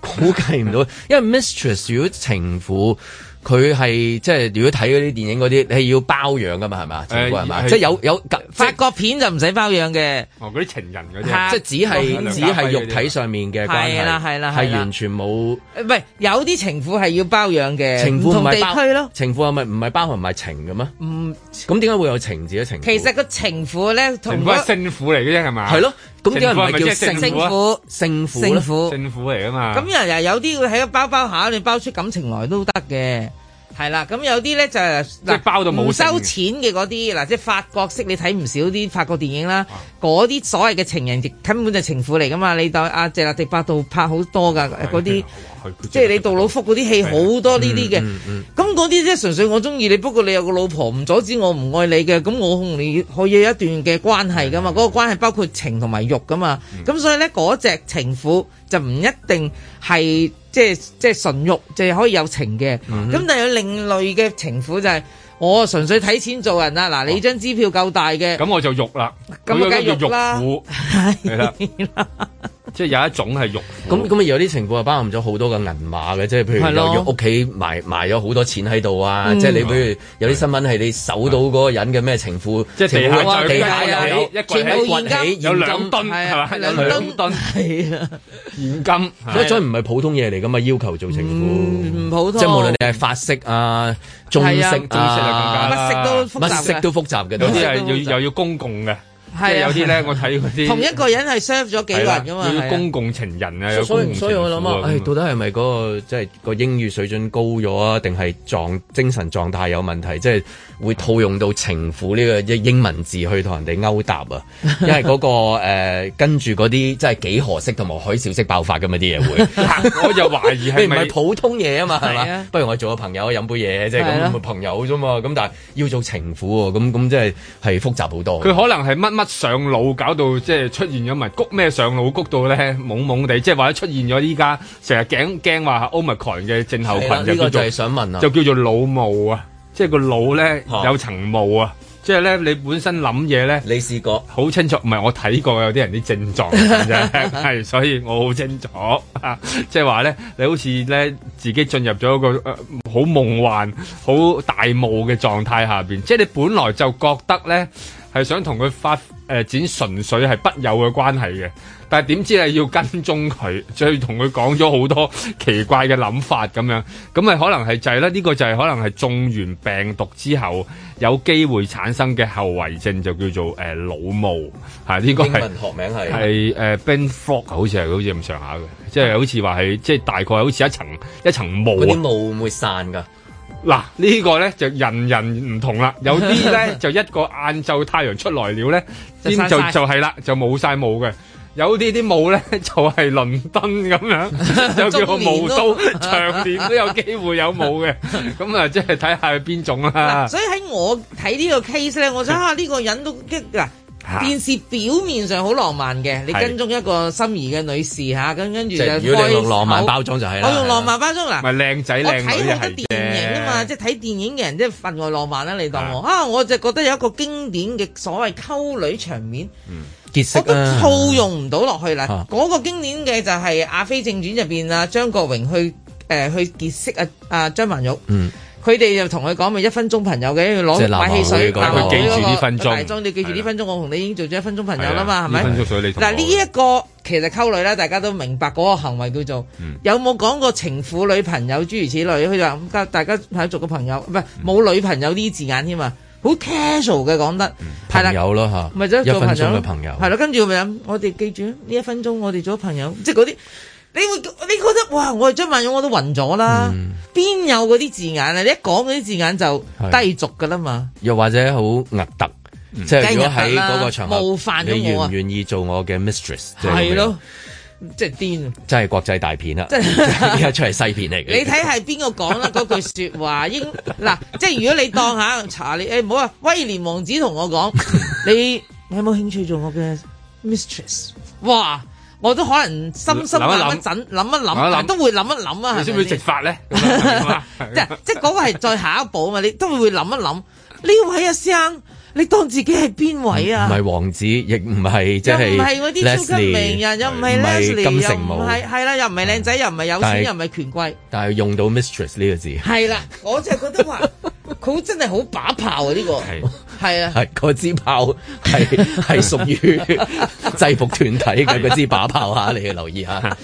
S2: 估計唔到，因為 mistress 如果情婦，佢係即係如果睇嗰啲電影嗰啲，你係要包養噶嘛，係嘛？全部係嘛？
S3: 誒
S2: 即係有有
S4: 法國片就唔使包養嘅，
S3: 哦，嗰啲情人嗰
S4: 嚇
S3: 啲，
S2: 即係只係只係肉體上面嘅關係，
S4: 係啦係啦係
S2: 係
S4: 啦
S2: 完全冇
S4: 唔係有啲情婦係要包養嘅，
S2: 情
S4: 唔
S2: 婦唔
S4: 同地
S2: 係包
S4: 區咯。，
S2: 情婦係咪唔係包含埋情嘅咩？
S4: 唔
S2: 咁點解會有情字嘅情婦？
S4: 其實個情婦咧同
S3: 情婦
S4: 嗰
S3: 係聖婦嚟嘅啫，係嘛？
S2: 係咯咁點解唔係叫
S3: 聖
S4: 聖
S3: 婦
S4: 婦
S3: 啊？
S2: 聖
S4: 婦咧聖婦
S3: 聖婦嚟噶嘛？
S4: 咁又又有啲會喺包包下，你包出感情來都得嘅。係啦，咁有啲咧就係
S3: 係包到冇
S4: 唔收
S3: 剩嘅
S4: 錢嘅嗰啲，嗱即係法國式，你睇唔少啲法國電影啦。嗰啲所謂嘅情人，亦根本就情婦嚟噶嘛。你當阿謝立迪百度拍好多㗎嗰啲，即係你杜魯福嗰啲
S3: 啊
S4: 戲好多呢啲
S3: 嗯
S4: 嘅。咁嗰啲即係純粹我中意你，不過你有個老婆唔阻止我唔愛你嘅，咁我同你可以有一段
S3: 嗯
S4: 嘅關係噶
S3: 啊
S4: 嘛？嗰、個關係包括情同埋欲噶嘛？咁、所以
S3: 嗯
S4: 咧嗰只情婦就唔一定係即係即係純欲，就係可以有情嘅。咁、
S8: 嗯
S4: 但係有另類嘅情婦就係、我純粹睇錢做人啦。啊嗱，你張支票夠大嘅，
S3: 哦咁我就肉啦，
S4: 咁
S3: 佢
S4: 我梗
S3: 嗰
S4: 係
S3: 個叫
S4: 肉啦
S3: 肉婦，係啦， 即係有一種係肉婦。
S2: 咁咁啊，有啲情況係包含咗好多嘅銀碼嘅，即係譬
S3: 係
S2: 如
S3: 咯
S2: 有要屋企埋埋咗好多錢喺度啊，
S3: 嗯
S2: 即係你譬如有啲新聞係你搜到嗰個人嘅咩情婦，
S3: 即係
S2: 情
S3: 地
S2: 婦
S3: 下
S2: 地下
S3: 有
S2: 有
S3: 一掘
S2: 全部
S3: 起
S2: 掘起
S3: 有兩
S2: 現
S3: 噸
S2: 金
S3: 係嘛？有
S2: 兩
S3: 兩噸
S4: 係啊，
S3: 現金。
S2: 所以所以唔係普通嘢嚟噶嘛，要求做情婦
S4: 嗯唔普
S2: 嗯
S4: 通
S2: 即係無論你係法式啊、中式
S3: 係啊中式啊更加啦乜色都複雜
S2: 乜色都複雜嘅，
S3: 嘅有啲係
S2: 都
S3: 要又要公共嘅，即
S4: 係啊
S3: 係有啲咧，我睇嗰啲
S4: 同一個人係 serve 咗幾個
S3: 係啦
S4: 人噶嘛？
S3: 要
S4: 係啊
S3: 公共情人啊，有
S2: 所
S3: 公
S2: 以
S3: 共
S2: 所以我諗
S3: 情婦
S2: 啊， 唉，到底係咪嗰個即係個英語水準高咗啊，定係狀精神狀態有問題，即係會套用到情婦呢個英英文字去同人哋勾搭 啊？因為嗰個誒跟住嗰啲即係幾何式同埋海嘯式爆發咁啊啲嘢 會，
S3: 我就懷疑係
S2: 你唔
S3: 咪
S2: 係普通嘢啊嘛，係
S3: 係啊
S2: 嘛？不如我做個朋友飲杯嘢即係
S3: 係
S2: 咁
S3: 啊
S2: 咪朋友啫嘛，咁但係要做情婦喎，咁咁即係係複雜好多。
S3: 佢可能係乜乜上腦，搞到即係出現咗咪谷咩上腦谷到咧懵懵地，即係或者出現咗依家成日驚驚話 Omicron 嘅症候群
S2: 係啦呢
S3: 就叫
S2: 個就
S3: 做
S2: 係想問啊
S3: 就叫做腦霧啊，即係個腦咧有層霧啊。即係咧，你本身諗嘢咧，
S2: 你試過
S3: 好清楚，唔係我睇過有啲人啲症狀嘅啫，係所以我好清楚 啊，即係話咧，你好似咧自己進入咗一個呃好、夢幻、好大霧嘅狀態下邊，即係你本來就覺得咧係想同佢發誒、呃展純粹係筆友嘅關係嘅。但係點知啊你要跟蹤佢，再同佢講咗好多奇怪嘅諗法咁樣，咁咪可能係就係咧，呢、個就係可能係中完病毒之後有機會產生嘅後遺症，就叫做誒、呃、腦霧嚇，呢、個
S2: 英
S3: 係
S2: 文學名係
S3: 係誒 Ben Frog 好似係好似咁上下嘅，即係好似話係即係大概好似一層一層
S2: 嗰
S3: 霧
S2: 啲
S3: 啊。
S2: 霧會唔會散㗎？
S3: 嗱，呢個咧就人人唔 同啦，有啲咧就一個晏晝太陽出來了咧，
S2: 就
S3: 邊
S2: 散
S3: 就
S2: 晒
S3: 就係啦，就冇晒霧嘅。有啲啲霧咧就係倫敦咁樣， 就叫做霧都
S4: 中年咯
S3: 長年都有機會有霧 嘅。咁啊，即係睇下係邊種啦
S2: 啊
S4: 嗱，。所以喺我睇呢個 case 咧，我想啊呢個人都激嗱。
S3: 嚇
S4: 電視表面上好浪漫嘅，你
S2: 係
S4: 跟蹤一個心儀嘅女士嚇，咁跟住
S2: 即
S4: 就
S2: 係如果你用浪漫
S4: 開口
S2: 包裝就係啊啦。
S4: 我用浪漫包裝嗱，
S3: 咪靚仔
S2: 啊
S3: 靚
S4: 我
S3: 女
S4: 睇好
S3: 又
S4: 多
S3: 係
S4: 電影啊嘛，即係睇電影嘅人即係分外浪漫啦。你當我啊，我就覺得有一個經典嘅所謂溝女場面，
S2: 結識
S4: 我都
S2: 啊
S4: 套用唔到落去啦
S2: 啊。
S4: 嗰個經典嘅就係《阿飛正傳》入邊啊，張國榮去誒去結識啊啊張曼玉。
S2: 嗯。
S4: 佢哋就同佢講咪一分鐘朋友嘅，要
S2: 即係
S4: 攞
S2: 立
S4: 買汽水，
S2: 馬會嗰個
S4: 立馬會嗰個
S2: 佢記住呢分鐘
S4: 大鐘你記住呢分鐘，我同你已經做咗一分鐘朋友啦
S3: 係啊
S4: 嘛，係咪？
S3: 呢分鐘水你同我
S4: 嗱呢一個其實溝女啦，大家都明白嗰個行為叫做
S3: 嗯
S4: 有冇講過情婦女朋友諸如此類？佢就話咁大家係做個朋友，唔係冇女朋友呢啲字眼添啊，好 casual 嘅講得係啦
S2: 朋。友咯嚇，
S4: 咪即係
S2: 一
S4: 做
S2: 分
S4: 朋
S2: 鐘
S4: 友
S2: 嘅朋友。
S4: 係咯，跟住咪諗，我哋記住呢一分鐘，我哋做咗朋友，即係嗰啲，你會你覺得哇，我係張曼玉我都暈咗啦，邊、有嗰啲字眼啊？你一講嗰啲字眼就低俗噶啦嘛，
S2: 又或者好核突，
S4: 嗯
S2: 即係如果喺嗰個場合，
S4: 啊梗係核突啦冒犯咗
S2: 你願
S4: 我啊
S2: 唔願意做我嘅 mistress？即
S4: 係
S2: 咁樣
S4: 咯，，
S2: 啊
S4: 即係癲啊！
S2: 真係國際大片啦，
S4: 真係
S2: 依家出嚟西片嚟嘅。
S4: 你睇係邊個講啦嗰句説話？應嗱，即係如果你當下查理，誒唔好啊，威廉王子同我講，你你有冇興趣做我嘅 mistress？哇！我都可能深深
S3: 諗一諗
S4: 諗一陣，諗一諗，
S3: 諗一諗
S4: 但都會諗一諗啊，
S3: 你
S4: 係
S3: 知唔
S4: 咪
S3: 知
S4: 先
S3: 直？發咧？
S4: 即係即係嗰個係再下一步啊嘛，你都會諗一諗呢位啊先生，你當自己係邊位啊？
S2: 唔係王子，亦唔係即
S4: 又
S2: 係
S4: 唔係嗰啲超級啊名人，又唔係 Leslie，
S2: 金
S4: 又
S2: 城
S4: 唔
S2: 武，
S4: 係係啦，又唔係靚仔，又唔係有
S2: 但係
S4: 錢，又唔係權貴，
S2: 但係用到 mistress 呢個字，
S4: 係啦，我就覺得話 佢真係好把炮啊！呢個
S2: 係
S4: 係啊，
S2: 係嗰支炮係係屬於 制服團體嘅嗰支把炮嚇，你要留意下。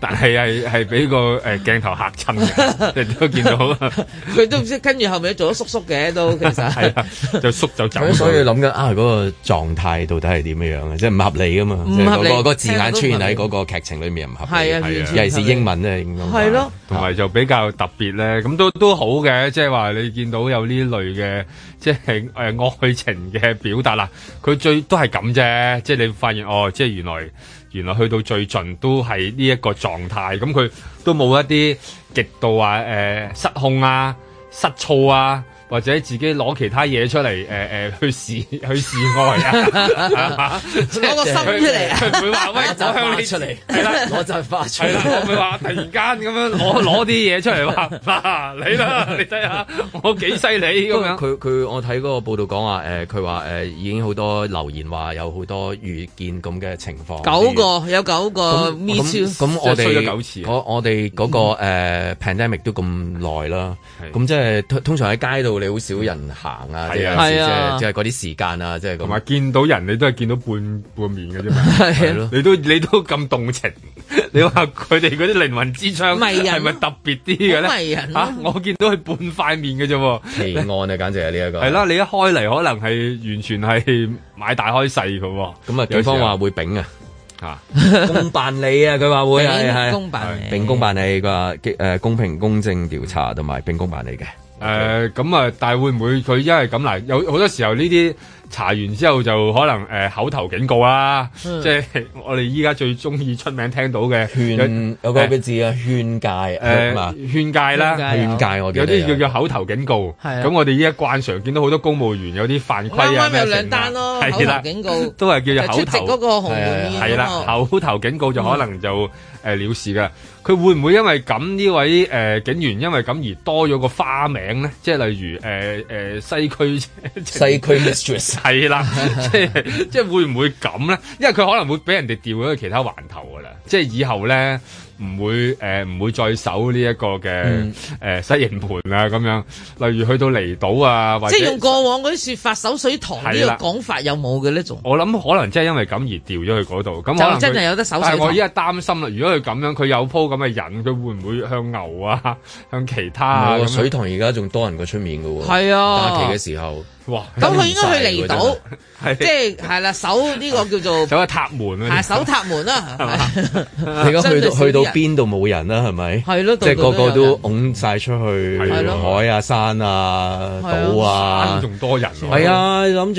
S3: 但係係係俾個誒鏡頭嚇親嘅，你都見到。
S4: 佢都唔知跟住後面做咗叔叔嘅都 其實
S3: 係啊，就縮就走。
S2: 咁所以諗緊啊，嗰個狀態到底係點樣樣啊嘅？即係唔合理噶嘛，即係
S4: 唔合理
S2: 嗰個嗰個字眼出現
S4: 聽
S2: 喺
S4: 落
S2: 嗰個劇情裏面唔合理。
S4: 係啊完全
S2: 尤其是英文咧，應該
S4: 係咯。
S3: 同埋就比較特別咧，咁都都好嘅，即係話你見到有呢類嘅，即係誒、呃、愛情嘅表達啦。佢最都係咁啫，即係你發現哦，即係原來原來去到最盡都係呢一個狀態，咁佢都冇一啲極度話誒、呃失控啊、失措啊。或者自己攞其他嘢出嚟，誒、呃、誒去示 去示愛 啊，
S4: 攞個心出嚟啊
S3: 佢會 話喂，
S4: 攞
S3: 我
S4: 扎花
S3: 向你
S4: 出嚟
S3: 係啦，
S2: 攞扎花出啊
S3: 係啦，我會話突然間咁樣攞 攞啲嘢出嚟話 嗱你 啦，你睇下我幾犀利咁樣。
S2: 佢佢我睇嗰個報道講話誒，佢話誒已經好多留言話有好多遇見咁嘅情況。
S4: 九個有九個
S2: 咁
S4: me too，
S2: 咁咁我
S3: 即係衰咗
S2: 哋
S3: 九次啊
S2: 我我哋嗰個誒 pandemic 都咁耐啦，咁即係通通常喺街度你好少人行啊，即係
S3: 係
S2: 有
S3: 啊
S2: 時即
S3: 係
S2: 係
S3: 啊
S2: 即係嗰啲時間啊，即係
S3: 同
S2: 咁
S3: 埋。見到人你都係見到半半面嘅啫嘛， 係啊咯，你都你都咁動情， 你話佢哋嗰啲靈魂之窗
S4: 迷人啊
S3: 係咪特別啲嘅咧？
S4: 好迷人啊
S3: 嚇我見到佢半塊面嘅啫喎，
S2: 奇案啊，簡直係呢一個
S3: 係啦，你一開嚟可能係完全係買大開細嘅喎。
S2: 咁啊，警方話會丙啊。
S3: 嚇
S2: 公辦理啊，佢話會
S3: 並
S2: 係係
S3: 公辦理
S2: 並公辦理，佢話誒公平公正調查同埋並公辦理嘅。
S3: 誒咁啊，但係會唔會佢因為咁嗱，有好多時候呢啲查完之後就可能誒、呃口頭警告啦，
S2: 嗯
S3: 即係 我哋依家最中意出名聽到嘅
S2: 勸有個字啊，勸戒係嘛
S3: 誒勸戒啦，
S4: 啊
S2: 勸戒我記啊
S3: 有
S2: 得
S3: 啲
S2: 有
S3: 叫做口頭警告。
S4: 係啊
S3: 咁我哋依家慣常見到好多公務員有啲犯規
S4: 啱啱
S3: 啊，
S4: 有
S3: 咩成
S4: 兩
S3: 啊
S4: 單咯，口
S3: 係啦
S4: 頭警告
S3: 都係叫做口
S4: 就出席
S3: 頭
S4: 嗰個
S2: 啊
S4: 紅門宴
S3: 係啦
S4: 嗰，個
S3: 口頭警告就可能
S4: 嗯
S3: 就呃誒了事噶。佢會唔會因為咁呢位誒警員因為咁而多咗個花名咧？即係例如誒誒西 區
S2: 西區 mistress
S3: 係 啦，即係即係會唔會咁咧？因為佢可能會俾人哋調咗去其他環頭噶啦，即係以後咧。唔會誒唔、會再守呢一個嘅誒、
S4: 嗯
S3: 西營盤啊咁樣，例如去到離島啊，或者
S4: 即係用過往嗰啲説法守水塘呢
S3: 係啦
S4: 個講法有冇嘅咧？仲
S3: 我諗可能真係因為咁而調咗去嗰度，咁可能佢
S4: 就真係有得手勢
S3: 但係我
S4: 堂
S3: 依家擔心啦，如果佢咁樣，佢有鋪咁嘅人，佢會唔會向牛啊， 向其他啊
S2: 唔係
S3: 咁
S2: 喎水
S3: 樣？
S2: 塘而家仲多人過出面嘅喎。
S4: 係啊
S2: 假期嘅時候，
S3: 哇！
S4: 咁佢應該去離島，
S3: 係
S4: 即係係啦，守呢個叫做
S3: 走去塔門啊
S4: 係守塔門啦，係嘛
S2: 你而家去到
S4: 啊相對少啲
S2: 去到
S4: 人
S2: 邊度冇人啊啦，係咪？
S4: 係咯
S2: 即係
S4: 度度
S2: 個
S4: 都
S2: 個
S4: 有
S2: 都
S4: 人
S2: 拱晒出去
S4: 係咯
S2: 海啊、山啊、
S4: 係啊
S2: 島啊
S3: 山，仲多人喎
S2: 係啊，諗住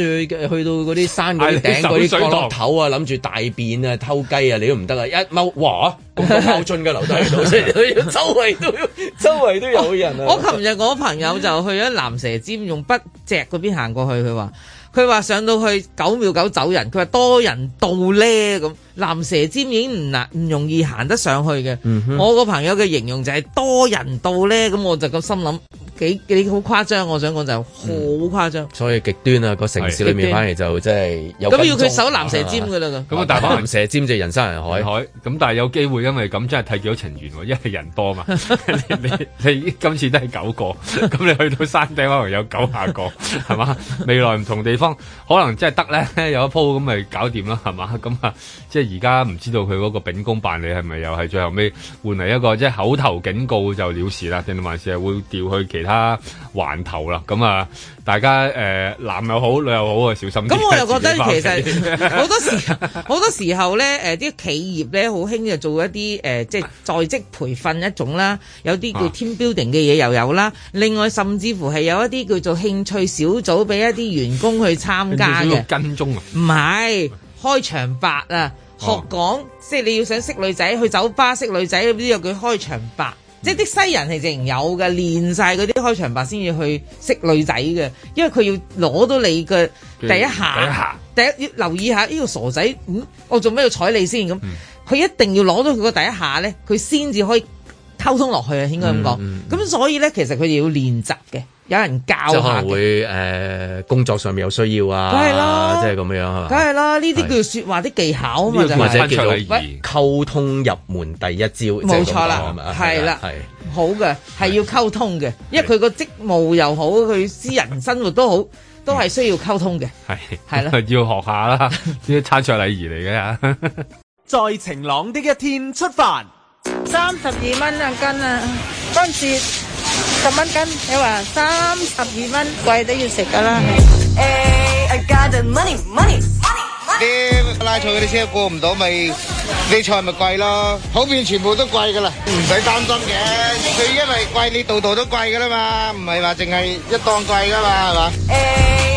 S2: 去到嗰啲山嗰啲頂嗰啲角落頭啊，諗住大便啊、偷雞啊，你都唔得啊！一踎哇，咁多踎樽嘅留低喺度， 所以你要周圍都周圍都有人啊！
S4: 我琴日我朋友就去咗南蛇尖，用北脊嗰邊行過去，佢話佢話上到去九秒九走人，佢話多人到咧咁。南蛇尖已經唔難唔容易行得上去嘅。
S2: 嗯哼
S4: 我個朋友嘅形容就係多人到咧，咁我就咁心諗幾幾好誇張。我想講就係好誇張。
S2: 所以極端啊，個城市裏面
S4: 係
S2: 反而就真係有
S4: 咁要
S2: 跟蹤
S4: 佢守南蛇尖㗎啦咁
S3: 咁啊但係可能
S2: 南蛇尖就人山人海。
S3: 海咁，但係有機會因為咁真係睇幾多情緣喎，因為人 多嘛。你你你今次都係九個，咁你去到山頂可能有九下個，係嘛？未來唔同地方可能真係得咧，有一鋪咁咪搞掂啦，係嘛？咁啊，即係而家唔知道佢嗰個秉公辦理係咪又係最後尾換嚟一個即係口頭警告就了事啦，定還是係會調去其他環頭啦？咁啊，大家誒、呃男又好，女又好啊，小心啲。
S4: 咁我又覺得其
S3: 自己返屋企
S4: 實 好多時好多時候咧，誒啲企業咧好興就做一啲誒、呃即係在職培訓一種啦，有啲叫
S17: 啊
S4: team building 嘅嘢又有啦。另外甚至乎係有一啲叫做興趣小組俾一啲員工去參加
S3: 你仲要
S4: 嘅，
S3: 跟蹤啊！
S4: 唔係開場白啊，學
S3: 哦
S4: 講、即係你要想識女仔，去酒吧識女仔咁呢個叫開場白。即係啲西人係直情有嘅，練晒嗰啲開場白先至去識女仔嘅，因為佢要攞到你嘅第一
S3: 第一下
S4: 下，第一要留意下呢個傻仔，
S3: 嗯
S4: 嗯，我做咩要睬你先咁？佢、一定要攞到佢個第一下咧，佢先至可以溝通落去啊，應該咁
S3: 嗯
S4: 講。咁、所以咧，其實佢哋要練習嘅，有人教
S2: 即係可
S4: 下
S2: 能
S4: 嘅。
S2: 會誒工作上面有需要
S4: 梗係
S2: 啊，
S4: 啦
S2: 即係咁樣係嘛？
S4: 梗係啦，呢啲叫説話的技巧啊嘛，就
S2: 或者
S4: 係、
S2: 叫做
S4: 喂
S2: 溝通入門第一招，即係
S4: 冇
S2: 咁
S4: 錯啦
S2: 講係咪
S4: 係啦
S2: 係
S4: 好嘅，係要溝通嘅，因為佢個職務又好，佢私人生活都好，都係需要溝通嘅。
S3: 係
S4: 係啦
S3: 要學下 啦，呢啲餐桌禮儀嚟嘅。
S5: 在晴朗的一天出發。
S17: 三十二蚊一斤啊，嗰陣時十蚊斤，你話三十二蚊貴都要食噶啦。
S18: I got the money, money, money, money. 啲拉菜嗰啲車過唔到，咪啲菜咪貴咯。普遍全部都貴噶啦，唔使擔心嘅。佢因為貴，你度度都貴噶啦嘛，唔係話淨係一檔貴噶嘛，係嘛？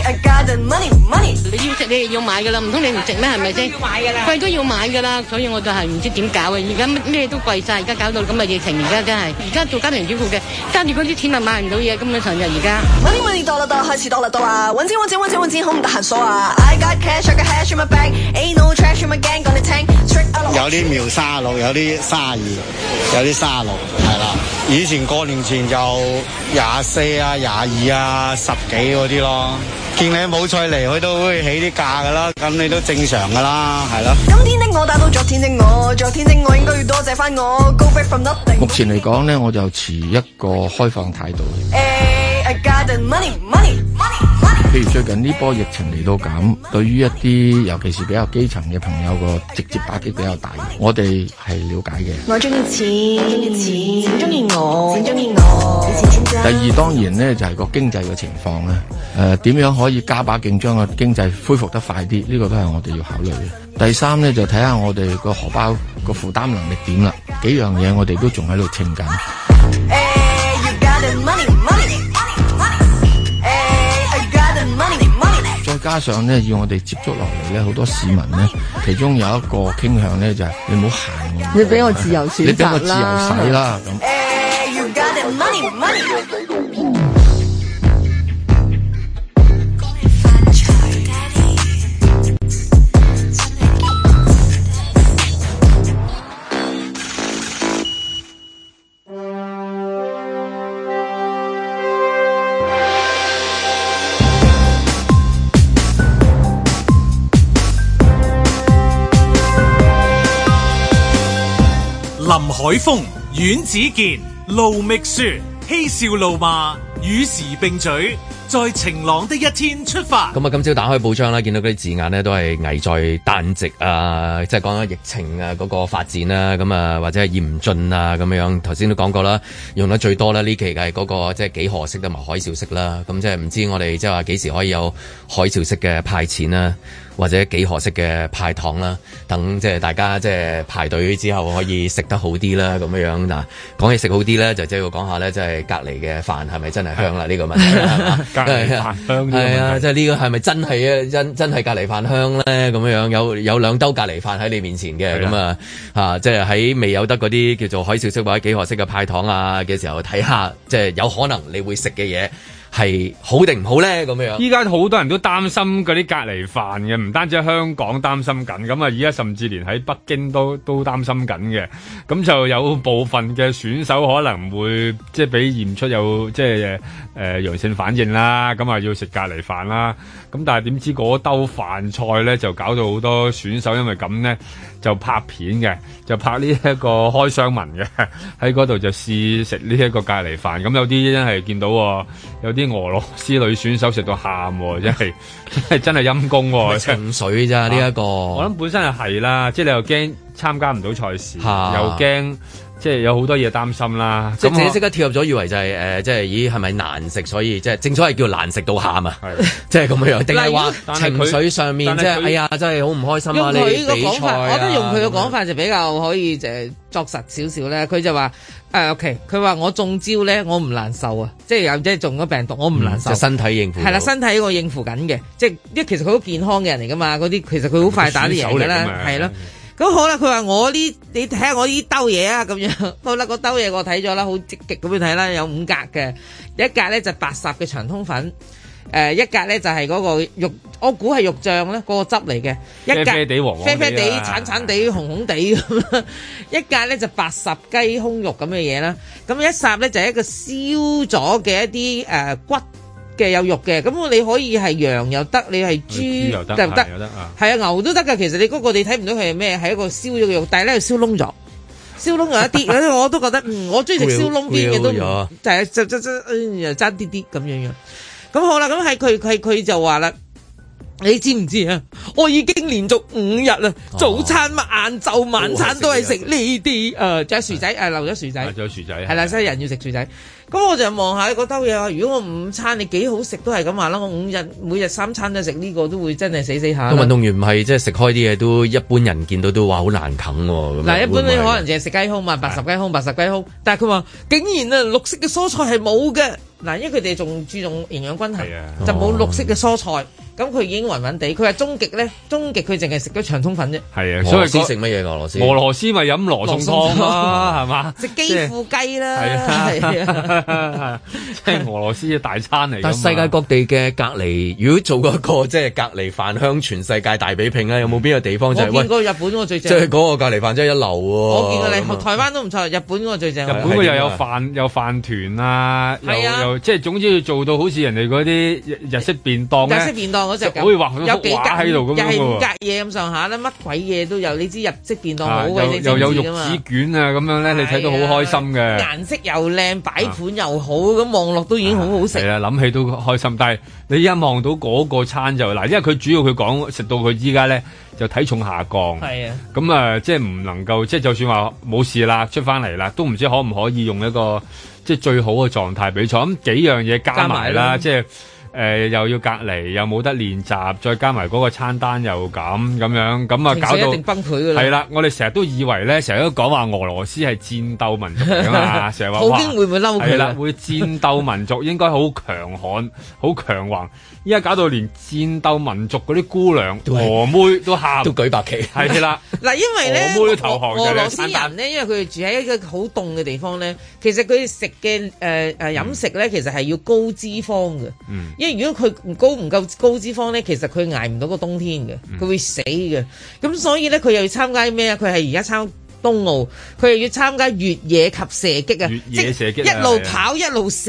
S19: I got the money money，你要食你係要買噶啦，唔通你唔食咩？係咪先？貴都要買噶啦，所以我就係唔知點搞啊！而家乜咩都貴晒，而家搞到咁嘅疫情，而家真係，而家做家庭主婦嘅，揸住嗰啲錢咪買唔到嘢，根本上就而家。
S20: Money money 到啦到啦，開始到啦啊到啦，揾錢揾錢揾錢揾錢，好唔得閒數啊！I got cash, I got cash in my bag, ain't no trash in my gang, gonna tank, trick out of
S21: 有啲苗沙六，有啲沙二，有啲沙六，係啦。以前過年前就廿四啊、廿二啊、十幾嗰啲咯。見你冇菜嚟，佢都會起啲價噶啦，咁你都正常噶啦，係咯。
S20: 今天的我打到昨天的我，昨天的我應該要多謝翻我，go back from nothing。
S22: 目前嚟講咧，我就持一個開放態度。
S20: I got the money money money money。
S22: 譬如最近呢波疫情嚟到咁，對於一啲尤其是比較基層嘅朋友個直接打擊比較大，我哋係了解嘅。
S20: 我中意錢，中意錢，中意我，錢中意我，錢錢
S22: 第二當然咧就係、個經濟嘅情況啦，誒、點樣可以加把勁將個經濟恢復得快啲？呢、個都係我哋要考慮嘅。第三咧就睇下我哋個荷包個負擔能力點啦，幾樣嘢我哋都仲喺度稱緊。
S20: You got the money money money money。I got the money money。
S22: 再加上咧，要我哋接觸落嚟咧，好多市民咧，其中有一個傾向咧就係、你唔好限我，
S23: 你俾我自由
S22: 你
S23: 選
S22: 俾我
S23: 擇
S22: 自由使啦咁。
S20: You got the money money。
S1: 林海峰、阮子健、盧覓雪，嬉笑怒罵，與時並舉，在晴朗的一天出發。
S2: 咁啊，今朝打開報章啦，見到嗰啲字眼咧，都係危在旦夕啊，即係講緊疫情啊嗰個發展啦，咁啊或者係嚴峻啊咁樣。頭先都講過啦，用得最多啦呢期嘅係嗰個即係幾何式同埋海嘯式啦。咁即係唔知我哋即係話幾時可以有海嘯式嘅派錢啦，啊或者幾何式嘅派糖啦，等即係大家即係排隊之後可以食得好啲啦咁樣嗱，講起食好啲咧，就即係要講下咧，即係隔離嘅飯係咪真係香啦？呢個問題係嘛
S3: 隔離飯香呢個問題
S2: 係啊，即係呢個係咪真係啊？真真係隔離飯香咧？咁樣樣有有兩兜隔離飯喺你面前嘅，咁啊啊，即係喺未有得嗰啲叫做海嘯式或者幾何式嘅派糖啊嘅時候，睇下即係有可能你會食嘅嘢係好定唔好咧？咁
S4: 啊
S2: 樣
S3: 依家好多人都擔心嗰啲隔離飯嘅，唔單止喺香港擔心緊，咁啊而家甚至連喺北京都都擔心緊嘅。咁就有部分嘅選手可能會即係俾驗出有即係誒、呃、陽性反應啦，咁啊要食隔離飯啦。咁但係點知嗰兜飯菜咧就搞到好多選手因為咁咧就拍片嘅，就拍呢一個開箱文嘅， 喺嗰度就試食呢一個隔離飯。咁有啲真係見到喎，有啲俄羅斯女選手食到喊喎，真係 真係真係陰公喎，
S2: 情緒咋呢一個？
S3: 我諗本身係係啦，即係你又驚參加唔到賽事，又
S2: 嚇
S3: 驚即係有好多嘢擔心啦。
S2: 即係
S3: 咁
S2: 自己
S3: 我
S2: 即刻跳入咗，以為就係、誒，即係咦係咪難食？所以即係正所謂叫難食到喊啊，即係咁樣樣，定係話
S4: 但係
S2: 情
S4: 佢
S2: 緒上面即
S4: 但係
S2: 係
S4: 佢
S2: 哎呀真係好唔開心
S4: 用
S2: 啊！
S4: 佢
S2: 你
S4: 呢個
S2: 比
S4: 講
S2: 賽
S4: 法，
S2: 啊
S4: 我覺得用佢嘅講法就比較可以誒作實少少咧。佢就話誒 OK，佢話我中招咧，我唔難受啊，即係又即係中咗病毒，我唔難受。
S2: 就
S4: 啊
S2: 嗯身體應付到。
S4: 係啦，身體我應付緊嘅，即係因為其實佢好健康嘅人嚟噶嘛，嗰啲其實佢好快打啲
S2: 佢選
S4: 贏
S2: 手嚟
S4: 㗎
S2: 㗎
S4: 啦
S2: 嘛，
S4: 係
S3: 嗯
S4: 咯。咁好啦，佢話我呢，你睇下我呢兜嘢啊，咁樣 好啦，嗰兜嘢我睇咗啦，好積極咁樣睇啦，有五格嘅，一格咧就白烚嘅長通粉，誒一格咧就係嗰個肉，我估係肉醬咧，嗰個汁嚟嘅。一格
S3: 啡啡地黃黃地
S4: 啡
S3: 啊啦
S4: 啡地、橙橙地、紅紅地咁 啦。一格咧就白烚雞胸肉咁嘅嘢啦。咁一霎咧就係一個燒咗嘅一啲誒骨嘅有肉嘅。咁你可以係羊又得，你係豬
S3: 豬又得
S4: 又得
S3: 係又得啊，
S4: 係啊牛都得㗎。其實你嗰個你睇唔到佢係咩，係一個燒咗嘅肉，但係咧佢燒燶咗。燒窿有一啲，我都覺得嗯，我中意食燒窿邊嘅都
S2: Grill 咗
S4: 唔，但係就就就嗯又爭啲啲咁樣樣。咁好啦，咁係佢佢佢就話啦。你知唔知啊？我已經連續五日啦，早餐、晏晝、晚餐都係食呢啲誒，仲有薯仔誒，留咗薯仔，
S3: 仲有薯仔，
S4: 係啦，西人要食薯仔。咁我就望下嗰兜嘢啊！如果我午餐你幾好食都係咁話啦，我五日每日三餐都食呢個，都會真係死死下啦。
S2: 咁運動員唔係即係食開啲嘢都一般人見到都話好難啃喎。咁樣
S4: 嗱，一般你
S2: 會唔會
S4: 可能淨係食雞胸嘛，白十雞胸、白十雞胸，但係佢話竟然啊，綠色嘅蔬菜係冇嘅。嗱，因為佢哋仲注重營養均衡，就冇綠色嘅蔬菜。咁佢已經暈暈地，佢話終極咧，終極佢淨係食咗長通粉啫，
S3: 係啊，
S2: 俄
S3: 所以
S2: 羅斯
S3: 嗰
S2: 食乜嘢俄羅斯
S3: 俄羅斯咪飲羅宋湯 啦，係嘛？
S4: 食基輔雞
S2: 啊
S4: 啦，
S3: 係
S4: 係啊
S3: 啊，即係俄羅斯嘅大餐嚟㗎嘛。
S2: 但世界各地嘅隔離，如果做嗰個即係隔離飯香全世界大比拼啊咧，有冇邊個地
S4: 我
S2: 方就係
S4: 見
S2: 喂，
S4: 過日本嗰個最
S2: 即係
S4: 正，
S2: 嗰個隔離飯真係一流喎？
S4: 我見過
S2: 咁
S4: 你
S2: 啊
S4: 台灣都唔錯，日本嗰個最正。
S3: 日本佢又有飯有飯團啊，又
S4: 係啊
S3: 又即係總之要做到好似人哋嗰啲日日式便當咧，
S4: 日式便當嗰只
S3: 就可以畫到
S4: 有
S3: 幅
S4: 幾格
S3: 畫喺度
S4: 又
S3: 咁樣
S4: 係五
S3: 㗎
S4: 格
S3: 喎
S4: 嘢咁上下啦，乜鬼嘢都有。你知日式便當
S3: 啊
S4: 好鬼
S3: 又
S4: 你
S3: 又有
S4: 精緻
S3: 肉
S4: 㗎嘛
S3: 紙卷啊咁樣咧，你睇到好開心嘅。
S4: 顏色又靚，擺盤又好，咁望落都已經好好食。
S3: 係啦，諗起都開心。但係你一望到嗰個餐就嗱，因為佢主要佢講食到佢依家咧就體重下降，
S4: 係啊，
S3: 咁啊、即係唔能夠，即係就算話冇事啦，出翻嚟啦，都唔知可唔可以用一個即係最好嘅狀態比賽。咁幾樣嘢加埋
S4: 加埋
S3: 啦，
S4: 啦
S3: 即係。誒、又要隔離，又冇得練習，再加埋嗰個餐單又咁咁樣，咁啊
S4: 情
S3: 搞
S4: 緒
S3: 到
S4: 一定崩潰㗎啦
S3: 係啦，我哋成日都以為咧，成日都講話俄羅斯係戰鬥民族嚟 㗎嘛，成日話
S4: 普
S3: 哇
S4: 京會唔會嬲佢啊
S3: 係啦，會戰鬥民族應該好強悍、好強橫。依家搞到連戰鬥民族嗰啲姑娘、俄妹都喊，都
S2: 舉白旗。
S3: 係啦，
S4: 嗱，因為咧，
S3: 我妹都投降
S4: 俄
S3: 就係
S4: 羅斯
S3: 簡單
S4: 人咧，因為佢哋住喺一個好凍嘅地方咧，其實佢哋食嘅誒誒飲食咧，其實係要高脂肪嘅。
S3: 嗯
S4: 因為如果佢唔高唔夠高脂肪咧，其實佢捱唔到個冬天嘅，
S3: 嗯
S4: 佢會死嘅。咁所以咧，佢又要參加咩啊？佢係而家參加冬奧，佢又要參加越野及射擊啊！
S3: 越野射擊啊
S4: 一路
S3: 係啊
S4: 跑一路射，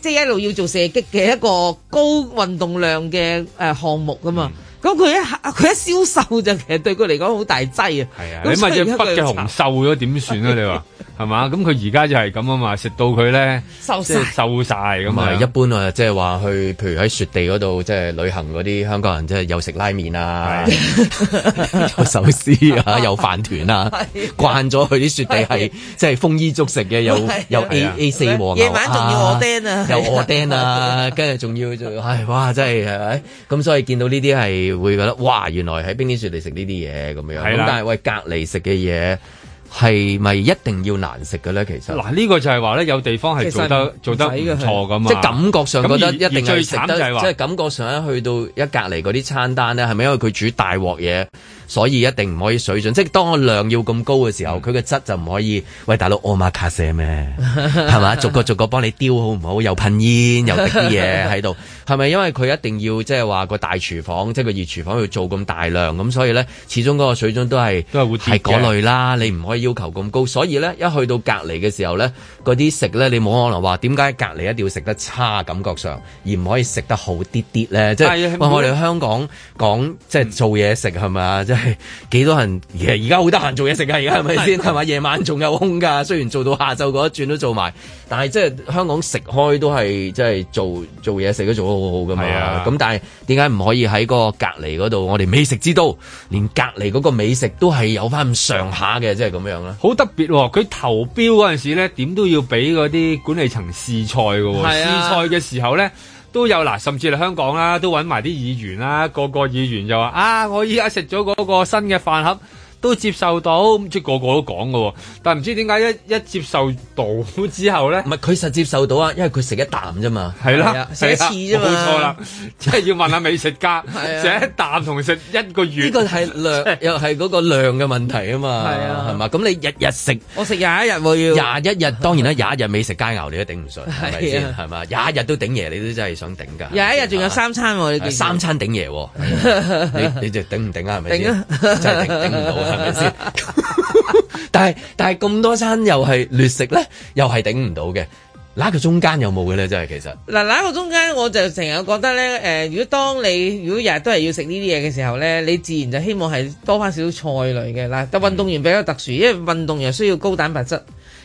S4: 即係一路要做射擊嘅一個高運動量嘅誒項目噶
S3: 嗯
S4: 嘛。咁佢一下佢一消瘦就其實對佢嚟講好大劑啊！
S3: 係啊，
S4: 咁
S3: 你咪
S4: 所以
S3: 隻
S4: 而家佢
S3: 北
S4: 就
S3: 嘅
S4: 慘
S3: 熊瘦咗點算啊？你 話係嘛？咁佢而家就係咁啊嘛，食到佢咧
S4: 瘦
S3: 即
S4: 晒
S3: 係瘦晒咁
S2: 咁
S3: 啊
S2: 啊，！一般啊，即係話去，譬如喺雪地嗰度，即係旅行嗰啲香港人，即係有食拉麵啊， 有壽司 啊，有飯團啊，慣咗去啲雪地係即係豐衣足食嘅，有
S4: 係啊
S2: 有 A A 四和牛啊
S4: 夜晚仲要鵝釘啊
S2: 有鵝釘啊，跟住仲要 就唉哇，真係係咪？咁所以見到呢啲係會覺得哇，原來喺冰天雪地食呢啲嘢咁樣。
S3: 係
S2: 咁
S3: 啦
S2: 但係喂，隔離食嘅嘢係咪一定要難食嘅咧？其實
S3: 嗱，呢個就係話咧，有地方係做得做得唔錯噶嘛，
S2: 即係感覺上覺得
S3: 啊咁而
S2: 一定
S3: 而最
S2: 係食
S3: 慘就
S2: 得，
S3: 係
S2: 即係
S3: 話。
S2: 感覺上一去到一隔離嗰啲餐單咧，係咪因為佢煮大鑊嘢，所以一定唔可以水準？即係當個量要咁高嘅時
S3: 嗯
S2: 候，佢嘅質就唔可以。喂，大佬，我馬卡寫咩？ 係嘛？逐個逐個幫你雕好唔好？又噴煙，又滴啲 嘢喺度，係咪因為佢一定要即係話個大廚房，即係個熱廚房要做咁大量咁，所以咧始終嗰個水準都係都係會
S3: 跌嘅
S2: 嗰類啦，你唔可以要求咁高，所以咧一去到隔離嘅時候咧，嗰啲食咧你冇可能話點解隔離一定要食得差感覺上，而唔可以食得好啲啲咧？即係
S3: 係啊
S2: 喂
S3: 冇
S2: 我哋香港講即係做嘢食係咪啊？ 即係幾多人而而家好得閒做嘢食啊㗎，而家係咪先
S3: 係
S2: 係咪？夜晚仲有空㗎， 雖然做到下晝嗰一轉都做埋，但係即係香港食開都係即係做做嘢食都做得好好㗎嘛。
S3: 係啊
S2: 咁但係點解唔可以喺嗰個隔離嗰度？我哋美食之都，連隔離嗰個美食都係有翻咁上下嘅，即係咁啊樣咧。
S3: 好特別喎！佢投標嗰陣時咧，點都要俾嗰啲管理層試菜嘅喎。
S2: 係啊
S3: 試菜嘅時候咧，都有嗱，甚至係香港啦，都揾埋啲議員啦，個個議員就話啊，我依家食咗嗰個新嘅飯盒。都接受到，即係個個都講嘅喎。但唔知點解一一接受到之後咧，
S2: 唔係佢實接受到啊，因為佢食一啖啫嘛，
S3: 係
S2: 係
S3: 啦
S2: 啊，
S3: 係啦
S2: 食一次啫嘛
S3: 冇錯啦，即係要問下美 食家，
S2: 係啊
S3: 食一啖同食一個月，
S2: 呢個係量，又係嗰個量嘅問題啊嘛，係啊，係嘛？咁你日日食，
S4: 我食廿一日喎要，
S2: 廿一日當然啦，廿一日美食佳肴你都頂 唔順，係咪
S4: 係
S2: 先？
S4: 啊
S2: 係嘛？廿一日都頂嘢，你都真係想頂㗎。
S4: 廿一日仲有三餐喎，你記
S2: 係
S4: 住
S2: 三餐頂嘢 喎，你你就頂唔頂啊？係咪
S4: 頂
S2: 先
S4: 啊？
S2: 真係頂頂唔到係咪 先？但係但係咁多餐又係劣食咧，又係頂唔到嘅。嗱，佢中間有冇嘅咧？真係其實。
S4: 嗱嗱個中間我就成日覺得咧，誒、如果當你如果日日都係要食呢啲嘢嘅時候咧，你自然就希望係多翻少少菜類嘅嗱。但運動員比較特殊，因為運動員需要高蛋白質，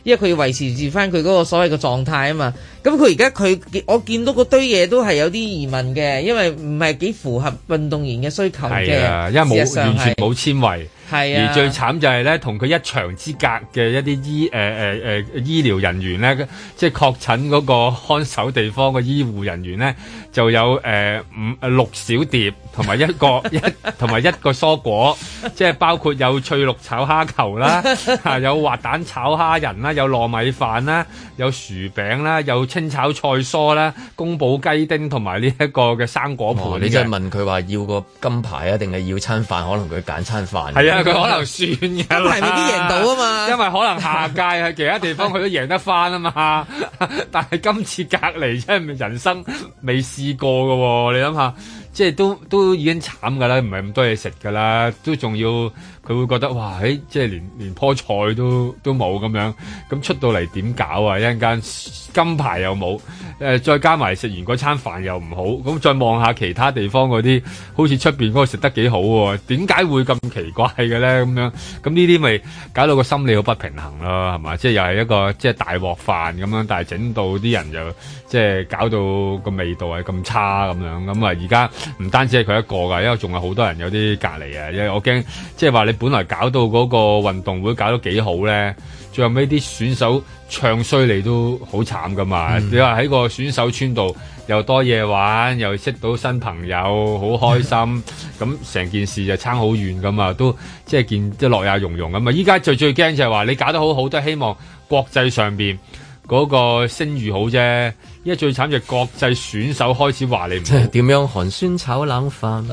S4: 因為佢要維持住翻佢嗰個所謂嘅狀態啊嘛。咁佢而家佢我見到嗰堆嘢都係有啲疑問嘅，因為唔係幾符合運動員嘅需求嘅，
S3: 係啊，因為
S4: 事實
S3: 冇
S4: 上
S3: 完全
S4: 係
S3: 冇纖維。
S4: 係啊
S3: 而最慘就係咧，同佢一牆之隔嘅一啲醫誒誒誒醫療人員咧，即係確診嗰個看守地方嘅醫護人員咧，就有誒、呃五呃六小碟同埋一個 一同埋一個蔬果，即係包括有翠綠炒蝦 球啦，啊有滑蛋炒蝦仁啦，有糯米飯啦，有薯餅啦，有清炒菜蔬啦，宮保雞丁同埋呢一個嘅生果盤
S2: 哦
S3: 嘅。
S2: 你就問佢話要個金牌啊，定係要餐飯？可能佢揀餐飯。
S3: 係啊，佢可能算嘅
S2: 咁
S3: 啦。
S2: 係未必贏到啊
S4: 嘛
S3: 因為可能下屆喺其他地方佢都贏得翻啊嘛。 但係今次隔離真係人生未試過嘅喎，你諗下，即係都都已經慘㗎啦，唔係咁多嘢食㗎啦，都仲要佢會覺得哇，誒即係連連棵菜都都冇咁樣，咁出到嚟點搞啊？一陣間金牌又冇，誒、再加埋食完嗰餐飯又唔好，咁再望下其他地方嗰啲，好似出邊嗰個食得幾好喎，點解會咁奇怪嘅咧？咁樣咁呢啲咪搞到個心理好不平衡咯，係嘛？即係又係一個即係大鑊飯咁樣，但係整到啲人就即係搞到個味道係咁差咁樣，咁啊而家唔單止係佢一個㗎，因為仲有好多人有啲隔離啊，因為我驚即係話你本來搞到嗰個運動會搞得幾好咧。最後尾啲選手唱衰你都好慘噶嘛！你話喺個選手村度又多嘢玩，又識到新朋友，好開心，咁成件事就差好遠噶嘛，都即係見即係樂也融融咁啊！依家最最驚就係話你搞得好好，都係希望國際上邊嗰個聲譽好啫。依家最慘就係國際選手開始話你唔 好。
S2: 點樣寒酸炒冷 飯？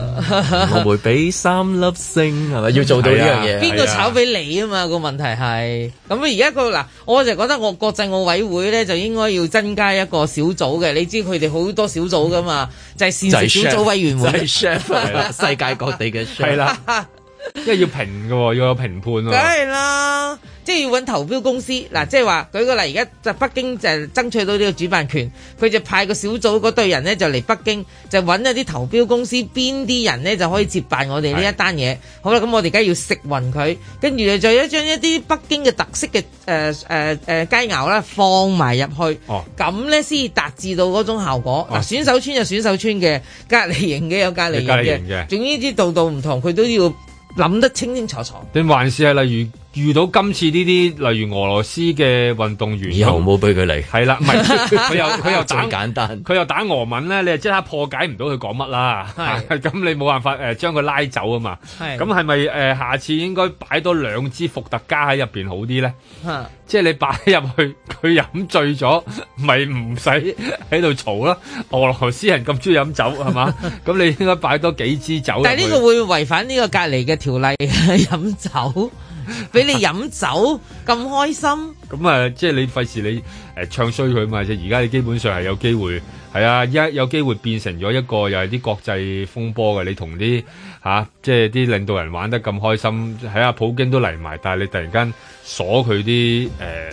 S2: 我會俾三粒星係咪？啊要做到呢樣嘢。
S4: 邊個炒俾你啊嘛？個問題係咁而家個嗱，我就覺得我國際奧委會咧就應該要增加一個小組嘅，你知佢哋好多小組噶嘛，就係膳食小組委員會。
S2: 就係 chef
S3: 係啦
S2: 世界各地嘅 chef
S3: 係啦，因為要評嘅喎，要有評判喎。
S4: 梗係啦，即係要揾投標公司嗱，即係話舉個例，而家就北京就爭取到呢個主辦權，佢就派個小組嗰隊人呢，就嚟北京，就揾一啲投標公司邊啲人呢，就可以接辦我哋呢一單嘢。好啦，咁我哋梗係要食勻佢，跟住就一將一啲北京嘅特色嘅呃誒誒誒佳肴啦放埋入去，
S3: 哦
S4: 咁呢先達至到嗰種效果。嗱、
S3: 哦
S4: 選手村有選手村嘅，隔離營嘅有隔離
S3: 有隔離
S4: 營
S3: 營
S4: 嘅，
S3: 嘅
S4: 總之啲度度唔同，佢都要諗得清清楚楚。
S3: 定還是係例如遇到今次呢啲，例如俄羅斯嘅運動員，
S2: 以後冇俾佢嚟。
S3: 係啦， 唔係佢又佢又
S2: 最
S3: 打
S2: 簡單，
S3: 佢又打俄文咧，你係即刻破解唔到佢講乜啦。
S2: 係
S3: 咁你冇辦法誒將佢拉走啊嘛。
S2: 係
S3: 咁係咪誒下次應該擺多兩支伏特加喺入邊好啲咧？即係你擺入去，佢飲醉咗，咪唔使喺度嘈啦。俄羅斯人咁中意飲酒係嘛？咁你應該擺多幾支酒入去。
S4: 但係呢個會違反呢個隔離嘅條例，飲酒俾你飲酒咁開心，
S3: 咁啊，即係你費事你誒、呃唱衰佢嘛？即係而家你基本上係有機會係啊，依家有機會變成咗一個又係啲國際風波嘅。你同啲嚇即係啲領導人玩得咁開心，喺阿普京都嚟埋，但係你突然間鎖佢啲誒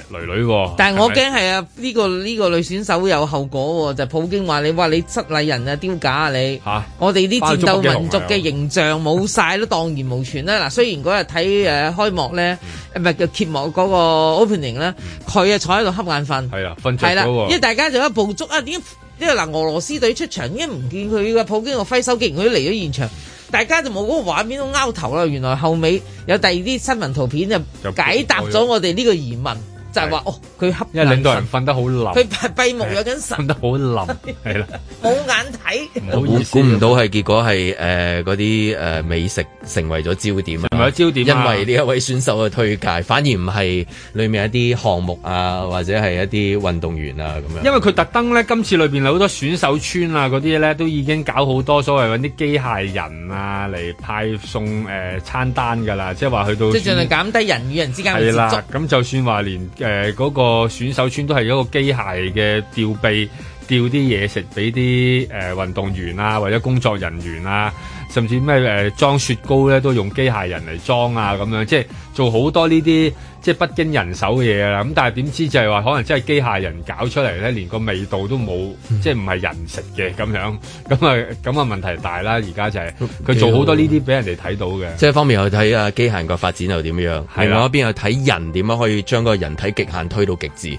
S3: 女女喎。
S4: 但係我
S3: 係咪
S4: 驚係啊呢個呢、個女選手有後果喎、就普京話你話你失禮人啊，丟架啊你。
S3: 嚇
S4: 我哋啲戰鬥民族嘅
S3: 包咗北京
S4: 形象冇晒都蕩然無存啦！嗱，雖然嗰日睇誒開幕咧，誒
S3: 嗯
S4: 唔係叫揭幕嗰個 opening 啦，佢啊坐喺度瞌眼瞓，
S3: 係啦，瞓著
S4: 係啦
S3: 咗，
S4: 因為
S3: 喎。
S4: 大家就一捕捉啊，點解因為嗱俄羅斯隊出場已經唔見佢嘅普京個揮手，既然佢都嚟咗現場，大家就冇嗰個畫面都拗頭啦。原來後尾有第二啲新聞圖片就
S3: 就
S4: 解答咗我哋呢個疑問。就係話哦，佢恰
S3: 因為領導人瞓得好冧，
S4: 佢閉閉目有緊
S3: 瞓
S4: 神，
S3: 得好冧，係啦。
S4: 冇眼 睇。
S2: 估估
S3: 啊
S2: 唔到係結果係誒嗰啲誒美食成為咗焦點啊！
S3: 成為咗焦點
S2: 因
S3: 啊
S2: 為呢一位選手嘅推介，反而唔係裡面一啲項目啊，或者係一啲運動員啊咁樣。
S3: 因為佢特登咧，今次裏邊有好多選手村啊，嗰啲咧都已經搞好多所謂揾啲機械人啊嚟派送誒、呃餐單㗎啦，即係話去到
S4: 即係盡量減低人與人之間嘅接
S3: 係
S4: 觸
S3: 啦。，咁就算話連誒嗰、個選手村都係一個機械嘅吊臂吊啲嘢食俾啲誒運動員啊，或者工作人員啊，甚至咩誒、呃、裝雪糕咧都用機械人嚟裝啊，咁樣即係做好多呢啲即係不經人手嘅嘢啦。咁但係點知就係話可能真係機械人搞出嚟咧，連個味道都冇，即係唔係人食嘅咁樣。咁啊咁啊問題大啦，而家就係、佢做好多呢啲俾人哋睇到嘅。
S2: 即係一方面又睇啊機械人個發展又點樣，
S3: 係啦啊
S2: 另外一邊又睇人點樣可以將個人體極限推到極致。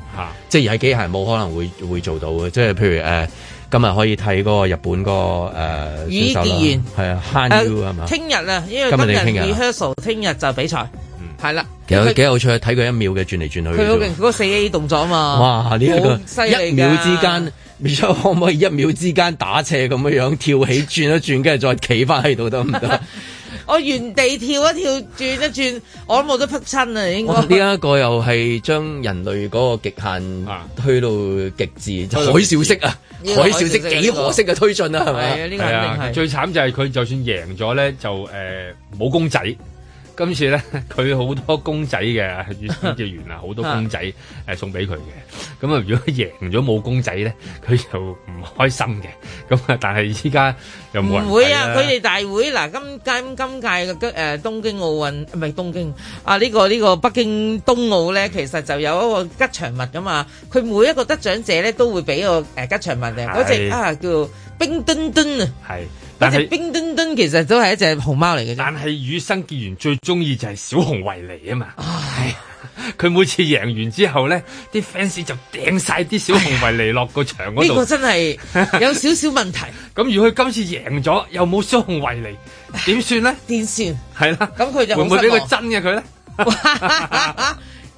S2: 即係而係機械人冇可能會會做到嘅，即係譬如誒、呃今日可以睇嗰個日本嗰、個誒選手啦
S4: 羽電員
S2: 係啊慳 U 係嘛？
S4: 呃聽日啊，因
S2: 今日
S4: 為今日
S2: 定聽日啊
S4: rehearsal，聽日就比賽，係啦。
S2: 其實幾有趣，睇佢一秒嘅轉嚟轉去嘅啫
S4: 佢
S2: 喎。
S4: 好勁，佢嗰四 A 動作啊嘛。
S2: 哇！呢、一
S4: 好
S2: 個
S4: 犀利
S2: 一秒之
S4: 㗎
S2: 間，唔知可唔可以一秒之間打斜咁樣樣跳起轉一轉，跟住再企翻喺度得唔得？
S4: 我原地跳一跳，轉一轉，我都冇得撲親啊！應
S2: 我
S4: 該
S2: 呢一個又係將人類嗰個極限推到啊極致，就海嘯式啊！
S4: 呢個
S2: 海
S4: 海
S2: 嘯
S4: 嘯式
S2: 式幾何式嘅推進啊，係咪
S4: 係啊呢
S3: 係啊，最慘就係佢就算贏咗咧，就誒冇、公仔。今次咧， 佢好多公仔嘅 月嘅員啊，好多公仔
S4: 啊
S3: 誒送俾佢嘅。咁啊，如果贏咗冇公仔咧，佢就唔開心嘅。咁啊，但係依家又冇人
S4: 唔會啊！
S3: 睇啦
S4: 佢哋大會嗱，今今今屆嘅誒、呃、東京奧運唔係東京啊，呢、個呢、個北京冬奧咧，其實就有一個吉祥物噶嘛。佢每一個得獎者咧都會俾個誒吉祥物嘅嗰隻
S3: 係
S4: 啊叫冰墩墩啊，
S3: 係，
S4: 嗰
S3: 但
S4: 隻
S3: 係
S4: 冰墩墩其實都係一隻熊貓嚟嘅啫。
S3: 但係羽生結弦最中意就係小熊維尼啊嘛。佢每次贏完之後咧，啲 fans 就掟晒啲小熊維尼落個場嗰
S4: 呢
S3: 度。
S4: 個真係有少少問題。
S3: 咁如果佢今次贏咗，又冇小熊維尼，點算咧？
S4: 點算？
S3: 係啦，
S4: 咁佢就
S3: 會
S4: 好
S3: 唔會俾
S4: 失
S3: 佢
S4: 望
S3: 真嘅佢咧？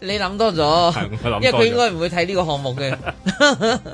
S4: 你諗多咗
S3: 係我諗多咗，
S4: 因為佢應該唔會睇呢個項目嘅。